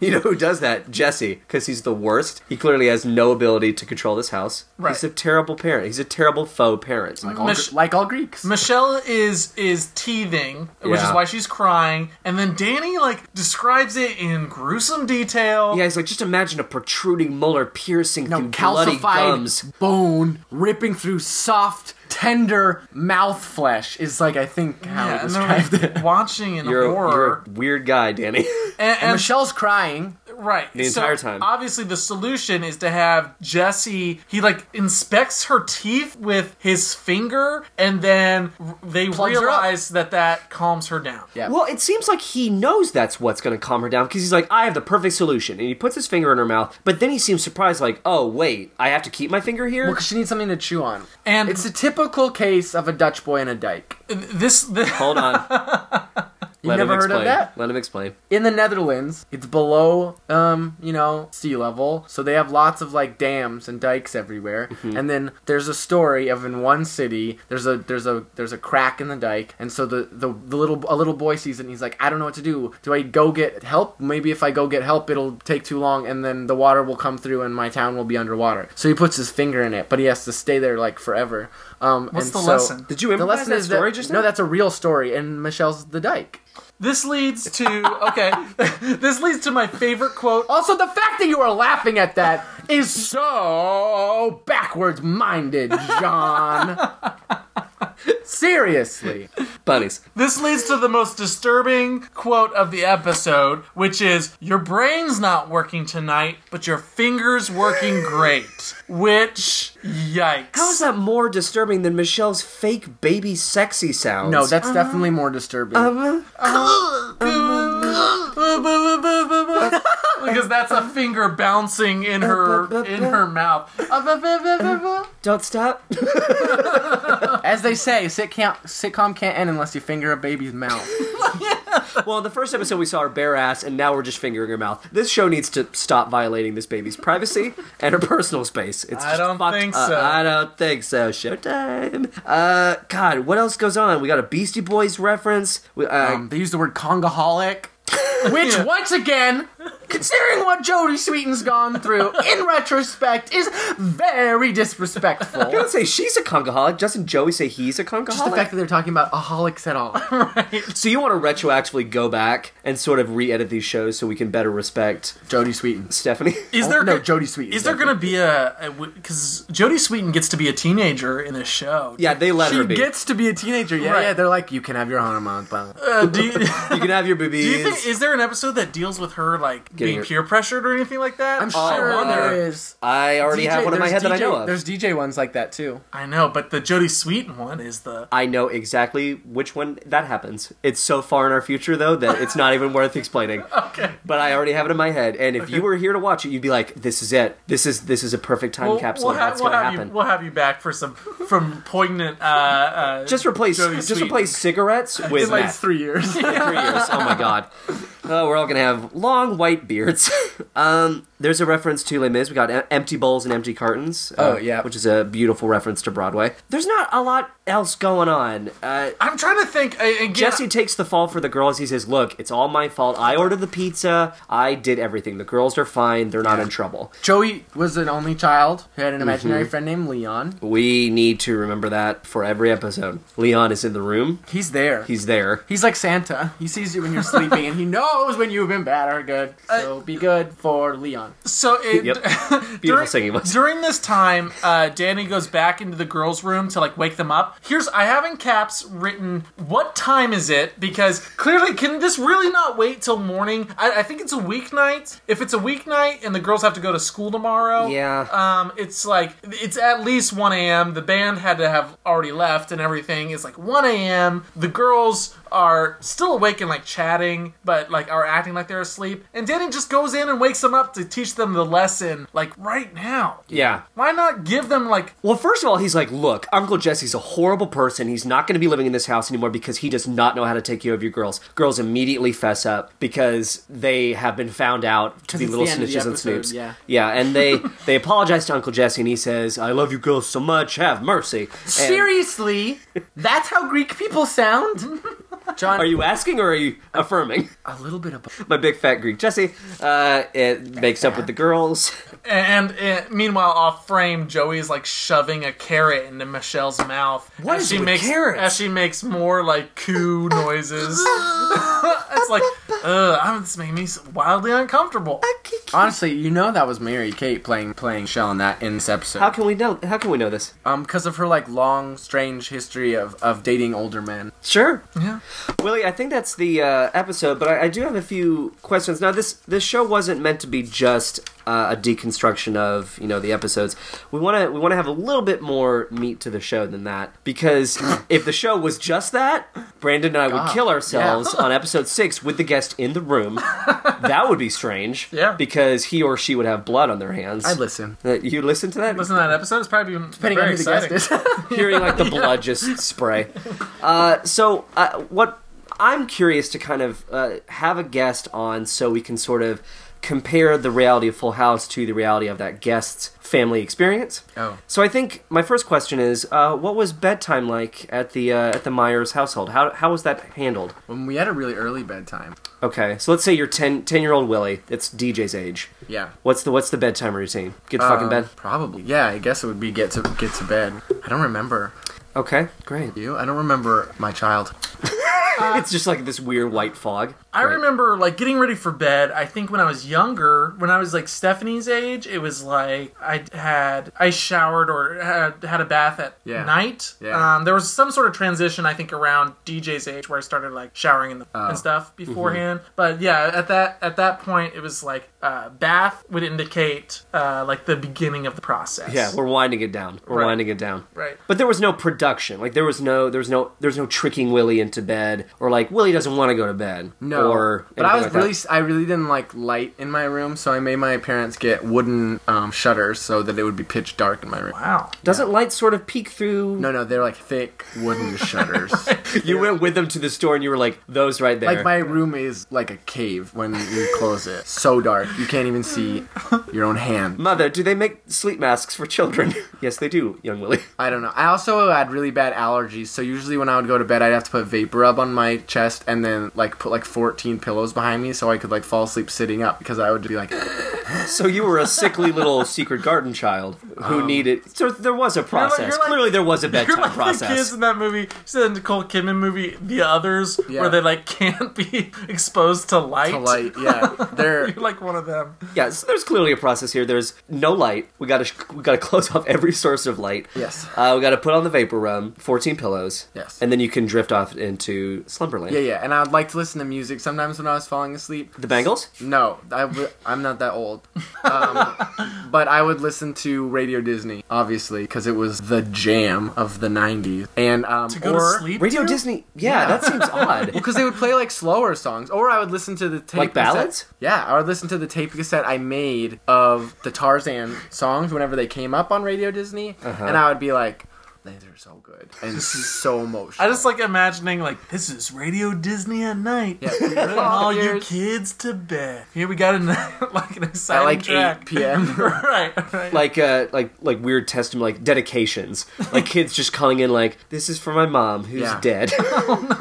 You know who does that? Jesse, because he's the worst. He clearly has no ability to control this house. Right. He's a terrible parent. He's a terrible faux parent. Like all, Mich- Gre- like all Greeks. Michelle is is teething, which is Yeah. why she's crying, and then Danny like describes it in gruesome detail. yeah, he's like, just imagine a protruding molar piercing no through bloody gums. calcified bone ripping through soft, tender mouth flesh is like I think how Yeah, he and they're like described it. watching in You're a, you're horror. a weird guy, Danny. and, And and Michelle's crying. Right. The entire time. Obviously, the solution is to have Jesse. He like inspects her teeth with his finger, and then r- they Plugs her up. realize that that calms her down. Yeah. well, it seems like he knows that's what's going to calm her down because he's like, I have the perfect solution. And he puts his finger in her mouth, but then he seems surprised, like, oh, wait, I have to keep my finger here? Well, 'cause she needs something to chew on. And- it's a typical case of a Dutch boy and a dyke. This, this Hold on. you never heard of that? Let him explain. in the Netherlands, it's below, um, you know, sea level, so they have lots of like dams and dikes everywhere. Mm-hmm. And then there's a story of in one city, there's a there's a there's a crack in the dike, and so the the, the little a little boy sees it, and he's like, I don't know what to do. Do I go get help? Maybe if I go get help, it'll take too long, and then the water will come through, and my town will be underwater. So he puts his finger in it, but he has to stay there like forever. Um, What's and the so- lesson? Did you The improvise lesson that is story that, just no, now? that's a real story, and Michelle's the dike. this leads to okay. this leads to my favorite quote. Also, the fact that you are laughing at that is so backwards minded, John. Seriously. Bunnies. This leads to the most disturbing quote of the episode, which is Your brain's not working tonight, but your finger's working great. Which, yikes. How is that more disturbing than Michelle's fake baby sexy sounds? No, that's definitely more disturbing. because that's a finger bouncing in her in her mouth. Um, Don't stop. As they say, sitcom, sitcom can't end unless you finger a baby's mouth. well, in the first episode we saw her bare ass, and now we're just fingering her mouth. This show needs to stop violating this baby's privacy and her personal space. It's I just don't fucked think up. so. I don't think so. Showtime. Uh, God, what else goes on? We got a Beastie Boys reference. We, uh, Um, they use the word congaholic. Which, once again, considering what Jody Sweeten's gone through, in retrospect, is very disrespectful. I would say she's a congaholic. Doesn't Joey say he's a congaholic? Just the fact that they're talking about aholics at all. so you want to retroactively go back and sort of re-edit these shows so we can better respect Jody Sweeten. Stephanie? Is there no, Jody Sweeten. Is there going to be a because Jodie Sweetin gets to be a teenager in this show? yeah, they let her she be. gets to be a teenager. Yeah, Right. yeah. They're like, you can have your hormone pump. Uh, do, you, you can have your boobies. do you think is there an episode that deals with her like Getting being her- peer pressured or anything like that? Oh, I'm sure I wonder. there is. I Oh, already have one in my head there's that I DJ know of. There's DJ ones like that too. I know, but the Jodie Sweetin one is the I know exactly which one that happens. It's so far in our future, though, that it's not even worth explaining. okay. But I already have it in my head, and if you were here to watch it, you'd be like, "This is it. This is this is a perfect time We'll, capsule. we'll, of ha- That's we'll gonna have happen." you. We'll have you back for some from poignant. Uh, uh, just replace Jodie just Sweetin. replace cigarettes with like meth. three years. three years. Oh my god. Oh, we're all gonna have long white beards. um, there's a reference to Les Mis. We got em- empty bowls and empty cartons. uh, Oh, yeah. which is a beautiful reference to Broadway. There's not a lot else going on. Uh, I'm trying to think. I- Again, Jesse takes the fall for the girls. He says, "Look, it's all my fault. I ordered the pizza. I did everything. The girls are fine. They're not in trouble. Joey was an only child who had an imaginary Mm-hmm. friend named Leon. We need to remember that for every episode. Leon is in the room. He's there. He's there. He's like Santa. He sees you when you're sleeping, and he knows when you've been bad or good. Uh, So be good for Leon. So it, Yep. during, singing voice. during this time, uh, Danny goes back into the girls' room to like wake them up. Here's I have in caps written what time is it because clearly can this really not wait till morning? I, I think it's a weeknight. If it's a weeknight and the girls have to go to school tomorrow, Yeah. um, it's like it's at least one a.m. The band had to have already left and everything. It's like one a.m. The girls are still awake and like chatting, but like are acting like they're asleep. And Danny just goes in and wakes them up to teach them the lesson, like right now. Yeah. Why not give them like Well, first of all, he's like, look, Uncle Jesse's a horrible person. He's not going to be living in this house anymore because he does not know how to take care of your girls. Girls immediately fess up because they have been found out to be it's little the end of the snitches and episode, snoops. yeah. yeah, and they they apologize to Uncle Jesse, and he says, "I love you girls so much. Have mercy." And- Seriously, that's how Greek Mm-hmm. people sound. John, Are you asking or are you affirming? a little bit of? My big fat Greek Jesse uh, it makes up with the girls. And, and meanwhile, off frame, Joey's like shoving a carrot into Michelle's mouth. What as is she with makes, carrots? As she makes more like coo noises. it's like, ugh, I'm, this making me so wildly uncomfortable. Honestly, you know that was Mary Kate playing playing Shell in that in this episode. How can we know? How can we know this? Um, because of her like long, strange history of of dating older men. Sure. Yeah. Willie, I think that's the uh, episode, but I, I do have a few questions. Now, this this show wasn't meant to be just uh, a deconstruction of you know the episodes. We want to we want to have a little bit more meat to the show than that because if the show was just that, Brandon and I Ah, would kill ourselves on episode six with the guest in the room. that would be strange, Yeah. because he or she would have blood on their hands. I listen. Uh, You listen to that? Listen to that episode. It's probably been Depending very on who the exciting. guest is. hearing like the blood just spray. Uh, so uh, what I'm curious to kind of uh, have a guest on so we can sort of compare the reality of Full House to the reality of that guest's family experience. Oh. So I think my first question is, uh, what was bedtime like at the uh, at the Myers household? How how was that handled? when we had a really early bedtime. Okay, so let's say you're 10, 10 year old Willie. That's DJ's age. Yeah. What's the what's the bedtime routine? Get to fucking Um, bed. Probably. Yeah, I guess it would be get to get to bed. I don't remember Okay, great. you. I don't remember my child. it's just like this weird white fog. I remember like getting ready for bed. I think when I was younger, when I was like Stephanie's age, it was like I had I showered or had, had a bath at Yeah. night. Yeah. Um, there was some sort of transition I think around DJ's age where I started like showering and, the, Oh. and stuff Mm-hmm. beforehand. But yeah, at that at that point, it was like uh, bath would indicate uh, like the beginning of the process. Yeah, we're winding it down. We're Right. winding it down. Right. But there was no production. Like there was no there's no there's no tricking Willie into bed or like Willie doesn't want to go to bed. No, Or but I was anything like really, that. I really didn't like light in my room, so I made my parents get wooden um, shutters so that it would be pitch dark in my room. Wow. doesn't light sort of peek through No, no, they're like thick wooden shutters. You went with them to the store and you were like those right there. Like my room is like a cave when you close it. So dark, you can't even see your own hand. Mother, do they make sleep masks for children? yes, they do, young Willie. I don't know. I also had really bad allergies, so usually when I would go to bed, I'd have to put vapor rub on my chest and then like put like 14 pillows behind me so I could like fall asleep sitting up because I would be like, So you were a sickly little secret garden child who needed. So there was a process. Um, you're like- Clearly, there was a You're bedtime like the process. kids in that movie, it's the Nicole Kidman movie, The Others, Yeah. where they like can't be exposed to light. like yeah, they're You're like one of them. Yeah, so there's clearly a process here. There's no light. We gotta we gotta close off every source of light. Yes. Uh, we gotta put on the vapor rum, 14 pillows. Yes. And then you can drift off into slumberland. Yeah, yeah, and I would like to listen to music sometimes when I was falling asleep. The Bangles? No, I w- I'm not that old. Um, but I would listen to Radio Disney, obviously, because it was the jam of the 90s. And, um, To go or, to sleep. Radio to? Disney. Yeah, that seems odd. Because they would play like slower songs, or I would listen to the tape Like ballads? Cassette. Yeah, I would listen to the tape cassette I made of the Tarzan songs whenever they came up on Radio Disney, Uh-huh. and I would be like, "These are so good and so emotional." I just like imagining like this is Radio Disney at night. Yeah, Put all your years. kids to bed. Here we got an like an exciting at like track. 8 p.m. right, right. Like uh, like like weird testimony, like dedications, like kids just calling in, like this is for my mom who's Yeah. Oh, dead.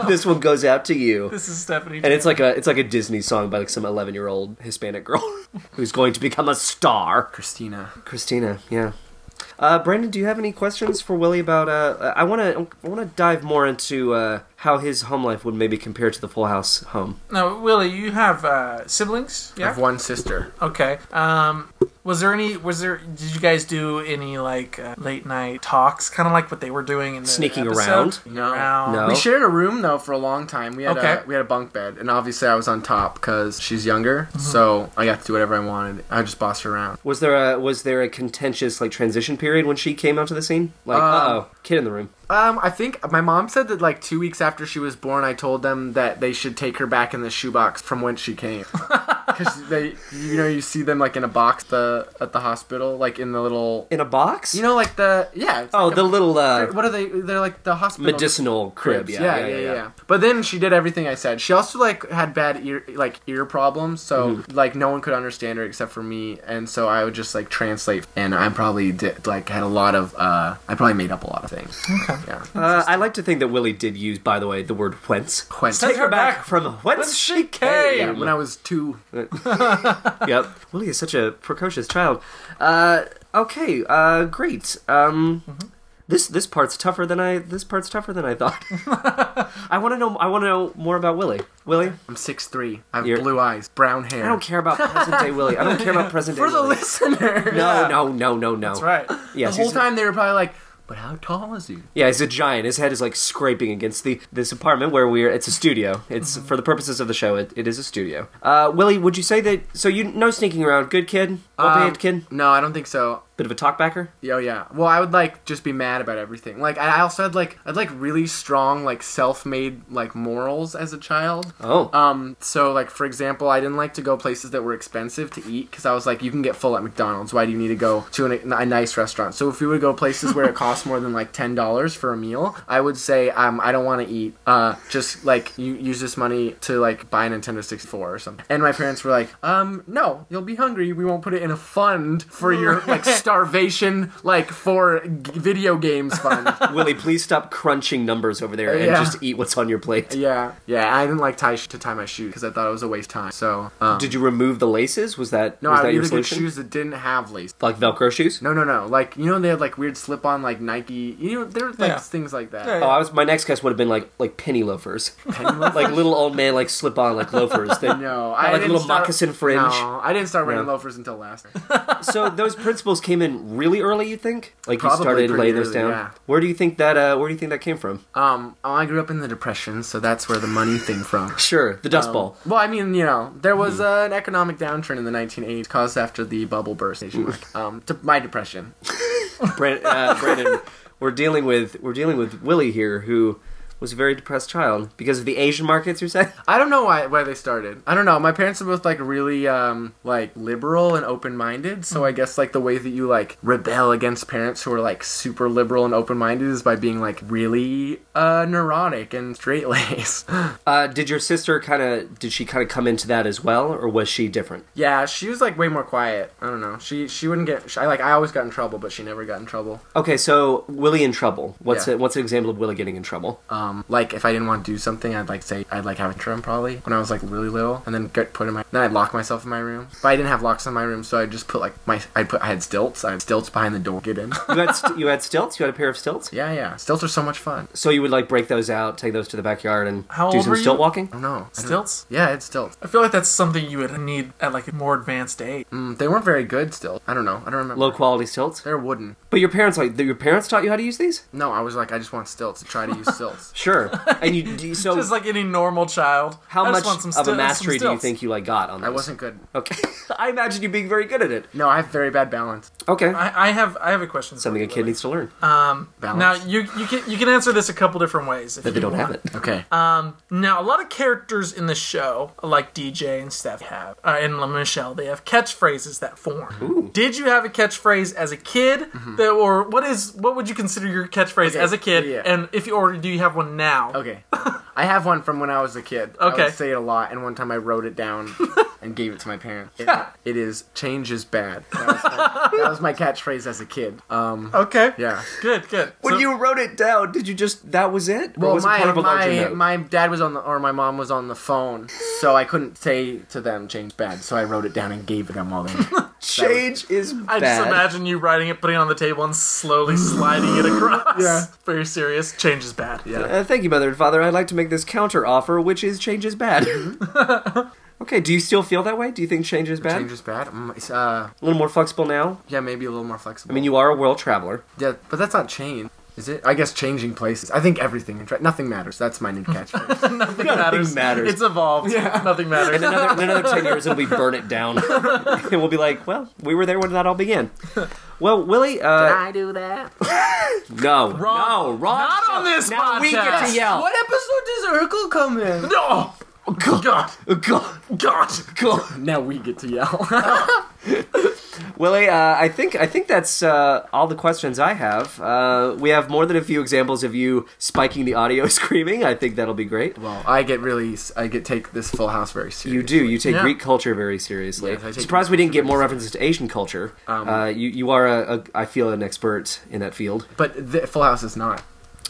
This one goes out to you. this is Stephanie. And it's like a it's like a Disney song by like some 11 year old Hispanic girl who's going to become a star. Christina. Christina, yeah. Uh, Brandon, do you have any questions for Willie about? Uh, I want to I want to dive more into uh, how his home life would maybe compare to the Full House home. no, Willie, you have uh, siblings. I Yeah. have one sister. Okay. Um, Was there any? Was there? Did you guys do any like uh, late night talks, kind of like what they were doing in the Sneaking episode? around? No, No. We shared a room though for a long time. We had Okay. a we had a bunk bed, and obviously I was on top because she's younger, Mm-hmm. so I got to do whatever I wanted. I just bossed her around. Was there a was there a contentious like transition period when she came onto the scene? Like, uh oh, kid in the room. Um, I think my mom said that like two weeks after she was born, I told them that they should take her back in the shoebox from whence she came. Because they, you know, you see them like in a box the at the hospital, like in the little, In a box? you know, like the yeah. it's Oh, like the a- little uh, What are they? They're like the hospital medicinal crib. Yeah yeah yeah, But then she did everything I said. She also like had bad ear like ear problems, so Mm-hmm. like no one could understand her except for me, and so I would just like translate. And I probably did like had a lot of uh I probably made up a lot of things. Yeah. Uh, I like to think that Willie did use, by the way, the word whence. Whence- Take her back from whence she came. Yeah, when I was two. yep. Willie is such a precocious child. Uh, okay, uh, great. Um, Mm-hmm. This this part's tougher than I this part's tougher than I thought. I want to know I want to know more about Willie. Willie, I'm six three. I have You're- blue eyes, brown hair. I don't care about present day Willie. I don't care about present day. For the Willie. listener. No, no, no, no, no. That's right. The Yes, whole he's- time they were probably like, But how tall is he? Yeah, he's a giant. His head is like scraping against the this apartment where we're. It's a studio. It's Mm-hmm. for the purposes of the show. It, it is a studio. Uh, Willie, would you say that? So you no sneaking around. Good kid. Well Um, behaved kid. No, I don't think so. Bit of a talkbacker. Yeah, Oh yeah. Well, I would like just be mad about everything. Like I also had like I'd like really strong like self-made like morals as a child. Oh. Um. So like for example, I didn't like to go places that were expensive to eat because I was like, you can get full at McDonald's. Why do you need to go to an, a nice restaurant? So if we would go places where it costs more than like ten dollars for a meal, I would say um I don't want to eat. Uh, just like you use this money to like buy a Nintendo 64 or something. And my parents were like, um no, you'll be hungry. We won't put it in a fund for your like starvation like for g- video games fund. Willie, please stop crunching numbers over there and Yeah. just eat what's on your plate. yeah, yeah. I didn't like tie to tie my shoe because I thought it was a waste of time. So um, Did you remove the laces? Was that No, was I that would your either get solution? shoes that didn't have lace. Like Velcro shoes? No, no, no. Like you know, they had like weird slip-on, like Nike. You know, there were like Yeah. things like that. Yeah, Oh, I was. My next guess would have been like like penny loafers, like little old man like slip on like loafers. That, No, had, I like a didn't little start- moccasin fringe. No, I didn't start wearing No. loafers until last. so those principles came in really early. You think? Like Probably you started pretty laying those down. early, yeah. Where do you think that? Uh, where do you think that came from? um, oh, I grew up in the depression, so that's where the money thing from. Sure, the Dust Bowl. Well, I mean, you know, there was uh, Hmm. an economic downturn in the 1980s caused after the bubble burst nationwide. um, to my depression. Brand, uh, Brandon, we're dealing with we're dealing with Willie here, who was a very depressed child because of the Asian markets. You're saying? I don't know why why they started. I don't know. My parents are both like really um like liberal and open minded. So I guess like the way that you like rebel against parents who are like super liberal and open minded is by being like really uh neurotic and straight laced. Uh, did your sister kind of? Did she kind of come into that as well, or was she different? yeah, she was like way more quiet. I don't know. She she wouldn't get. I like I always got in trouble, but she never got in trouble. Okay, so Willie in trouble. What's Yeah. a, what's an example of Willie getting in trouble? Um, like if I didn't want to do something, I'd like say I'd like have a trim probably when I was like really little, and then get put in my. Then I'd lock myself in my room, but I didn't have locks on my room, so I just put like my. I put I had stilts. I had stilts behind the door. Get in. You had st- you had stilts. You had a pair of stilts. yeah, yeah. Stilts are so much fun. So you would like break those out, take those to the backyard, and How do old some were you? stilt walking. I don't know. I don't- Stilts? Yeah, it's stilts. I feel like that's something you would need at like a more advanced age. Mm, they weren't very good. Still, I don't know. I don't remember. Low quality stilts. They're wooden. But your parents like your parents taught you how to use these? No, I was like, I just want stilts. Try to use stilts. Sure. And you do you- so Just like any normal child. how I much just want some of sti- a some mastery do you stilts. think you like got on this? I wasn't good. Okay. I imagine you being very good at it. No, I have very bad balance. Okay. I, I have I have a question. for Something you, a kid Willie. needs to learn. Balance. Now you you can you can answer this a couple different ways. If that they you don't want. have it. okay. Now, a lot of characters in the show, like DJ and Steph, have, uh, and La Michelle, they have catchphrases that form. Did you have a catchphrase as a kid, Mm-hmm. that, or what is what would you consider your catchphrase as a kid? yeah. And if you or do you have one now? Okay. I have one from when I was a kid. I Okay. would say it a lot, and one time I wrote it down and gave it to my parents. It, it is change is bad. That was, my, that was my catchphrase as a kid. Um, Okay. yeah. Good. Good. When So- you wrote it down, did you just that was it? Or Well, was it my part of a larger my, note? my dad was on the or my mom was on the phone, so I couldn't say to them change bad. So I wrote it down and gave it them all. They change is bad. I just imagine you writing it, putting it on the table, and slowly sliding it across. Yeah. Very serious. Change is bad. Yeah. Mm-hmm. Uh, thank you, mother and father. I'd like to make this counter offer, which is change is bad. Okay, do you still feel that way? Do you think change is bad? Change is bad. Mm, it's, uh, A little more flexible now? yeah, maybe a little more flexible. I mean, you are a world traveler. yeah, but that's not change, is it? I guess changing places. I think everything. in tra- Nothing matters. That's my new catchphrase. Nothing matters. matters. It's evolved. Nothing matters. Another, in another 10 years, it'll be burn it down. and we'll be like, well, we were there when that all began. Well, Willie, uh, I do that. no. Wrong. No, wrong. Not show. on this Now we get to podcast. yell. What episode does Urkel come in? No. God. God. God, God. God. Now we get to yell. Willie, uh, I think I think that's uh, all the questions I have. Uh, we have more than a few examples of you spiking the audio screaming. I think that'll be great. well, I get really, s- I get take this Full House very You seriously. do. You take Yeah. Greek culture very seriously. Yes, I take Surprised Greek we didn't get more references to Asian culture. Um, uh, you you are a, a I feel an expert in that field. But the, Full House is not.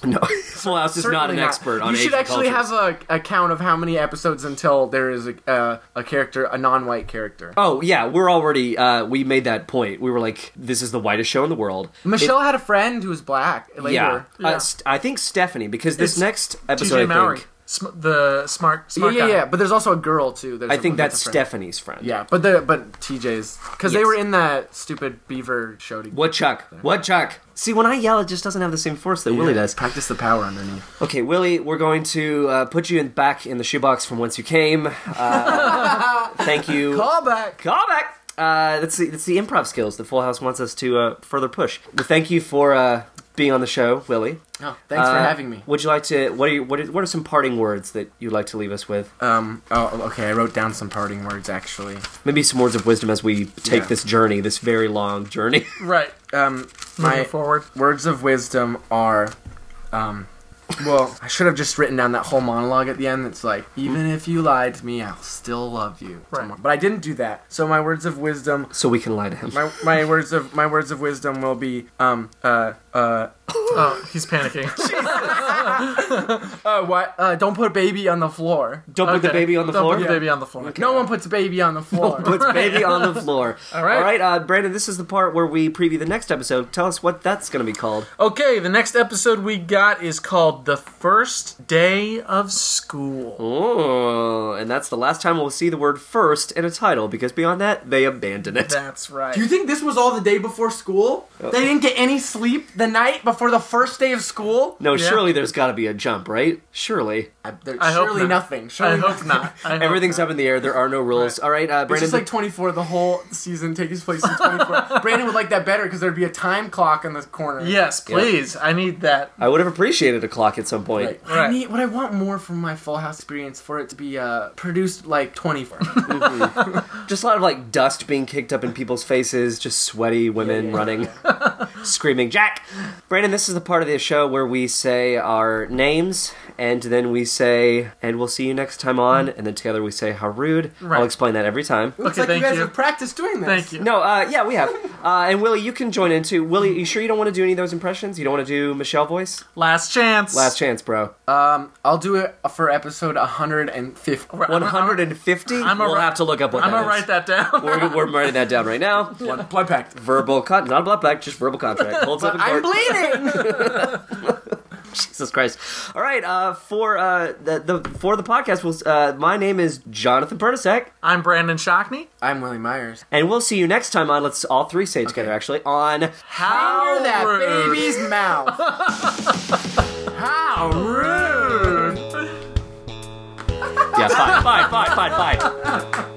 No, Full House is not Certainly an expert on You Asian should actually cultures. have a, a count of how many episodes until there is a, uh, a character, a non-white character. Oh yeah, we're already uh, we made that point. We were like, this is the whitest show in the world. Michelle had a friend who was black later. Yeah, Yeah. Uh, st- I think Stephanie because this It's next episode, I TJ think, Mowry. Sm- the smart. Yeah, Smart yeah, guy. yeah. But there's also a girl too. There's I a- think that's a friend. Stephanie's friend. Yeah, but the but TJ's because they Yes. were in that stupid beaver show. together. What Chuck? What Chuck? See, when I yell, it just doesn't have the same force that Willie does. Practice the power underneath. Okay, Willie, we're going to uh, put you in back in the shoebox from whence you came. Uh, thank you. Call back. Call back. Uh, that's the that's the improv skills that Full House wants us to uh, further push. Well, thank you for uh, being on the show, Willie. Oh, thanks for Uh, having me. Would you like to? What are you, what, are, what are some parting words that you'd like to leave us with? Um. Oh, okay. I wrote down some parting words actually. Maybe some words of wisdom as we take Yeah. this journey, this very long journey. Right. Um. Moving My forward. words of wisdom are, um. Well, I should have just written down that whole monologue at the end. That's like, even if you lied to me, I'll still love you. Right. tomorrow." But I didn't do that. So my words of wisdom so we can lie to him. my, my words of my words of wisdom will be um uh uh Oh, he's panicking. uh what uh don't put baby on the floor. Don't put the Okay. baby on the Don't floor. Put the baby on the floor. No one puts baby on the floor. Puts baby on the floor. All right. All right, uh, Brandon, this is the part where we preview the next episode. Tell us what that's going to be called. Okay, the next episode we got is called The First Day of School. Oh, and that's the last time we'll see the word first in a title because beyond that, they abandon it. That's right. Do you think this was all the day before school? They didn't get any sleep the night before the first day of school. no, Yeah. surely there's got to be a jump, right? Surely. I, there, I hope surely not. nothing. Surely I hope nothing. not. I hope Everything's not. up in the air. There are no rules. All right, uh, It's Brandon. just like 24. The whole season takes place in 24. Brandon would like that better because there'd be a time clock in the corner. Yes, please. I need that. I would have appreciated a clock at some point. Right. I Right. need what I want more from my Full House experience for it to be uh, produced like 24. Just a lot of like dust being kicked up in people's faces, just sweaty women Yeah, yeah, running, screaming, Jack! Brandon, this is the part of the show where we say our names and then we say, and we'll see you next time on, and then together we say, how rude. Right. I'll explain that every time. Looks Okay, like thank you guys you. have practiced doing this. Thank you. No, uh, yeah, we have. Uh, and Willie, you can join in too. Willie, you sure you don't want to do any of those impressions? You don't want to do Michelle voice? Last chance. Last chance, bro. Uh, Um, I'll do it for episode 150. Right, I'm- 150? I'm a we'll ri- have to look up what I'm that going to is. write that down. We're, we're writing that down right now. Blood, blood pact. Verbal con not a blood pact, just verbal contract. Holds up in I'm court. bleeding. Jesus Christ! All right, uh, for uh, the, the for the podcast, we'll, uh, my name is Jonathan Pernisek, I'm Brandon Shockney. I'm Willie Myers. and we'll see you next time on. Let's all three say it together, actually. On How Finger that rude. baby's mouth. How rude. yeah, fine, fine, fine, fine, fine.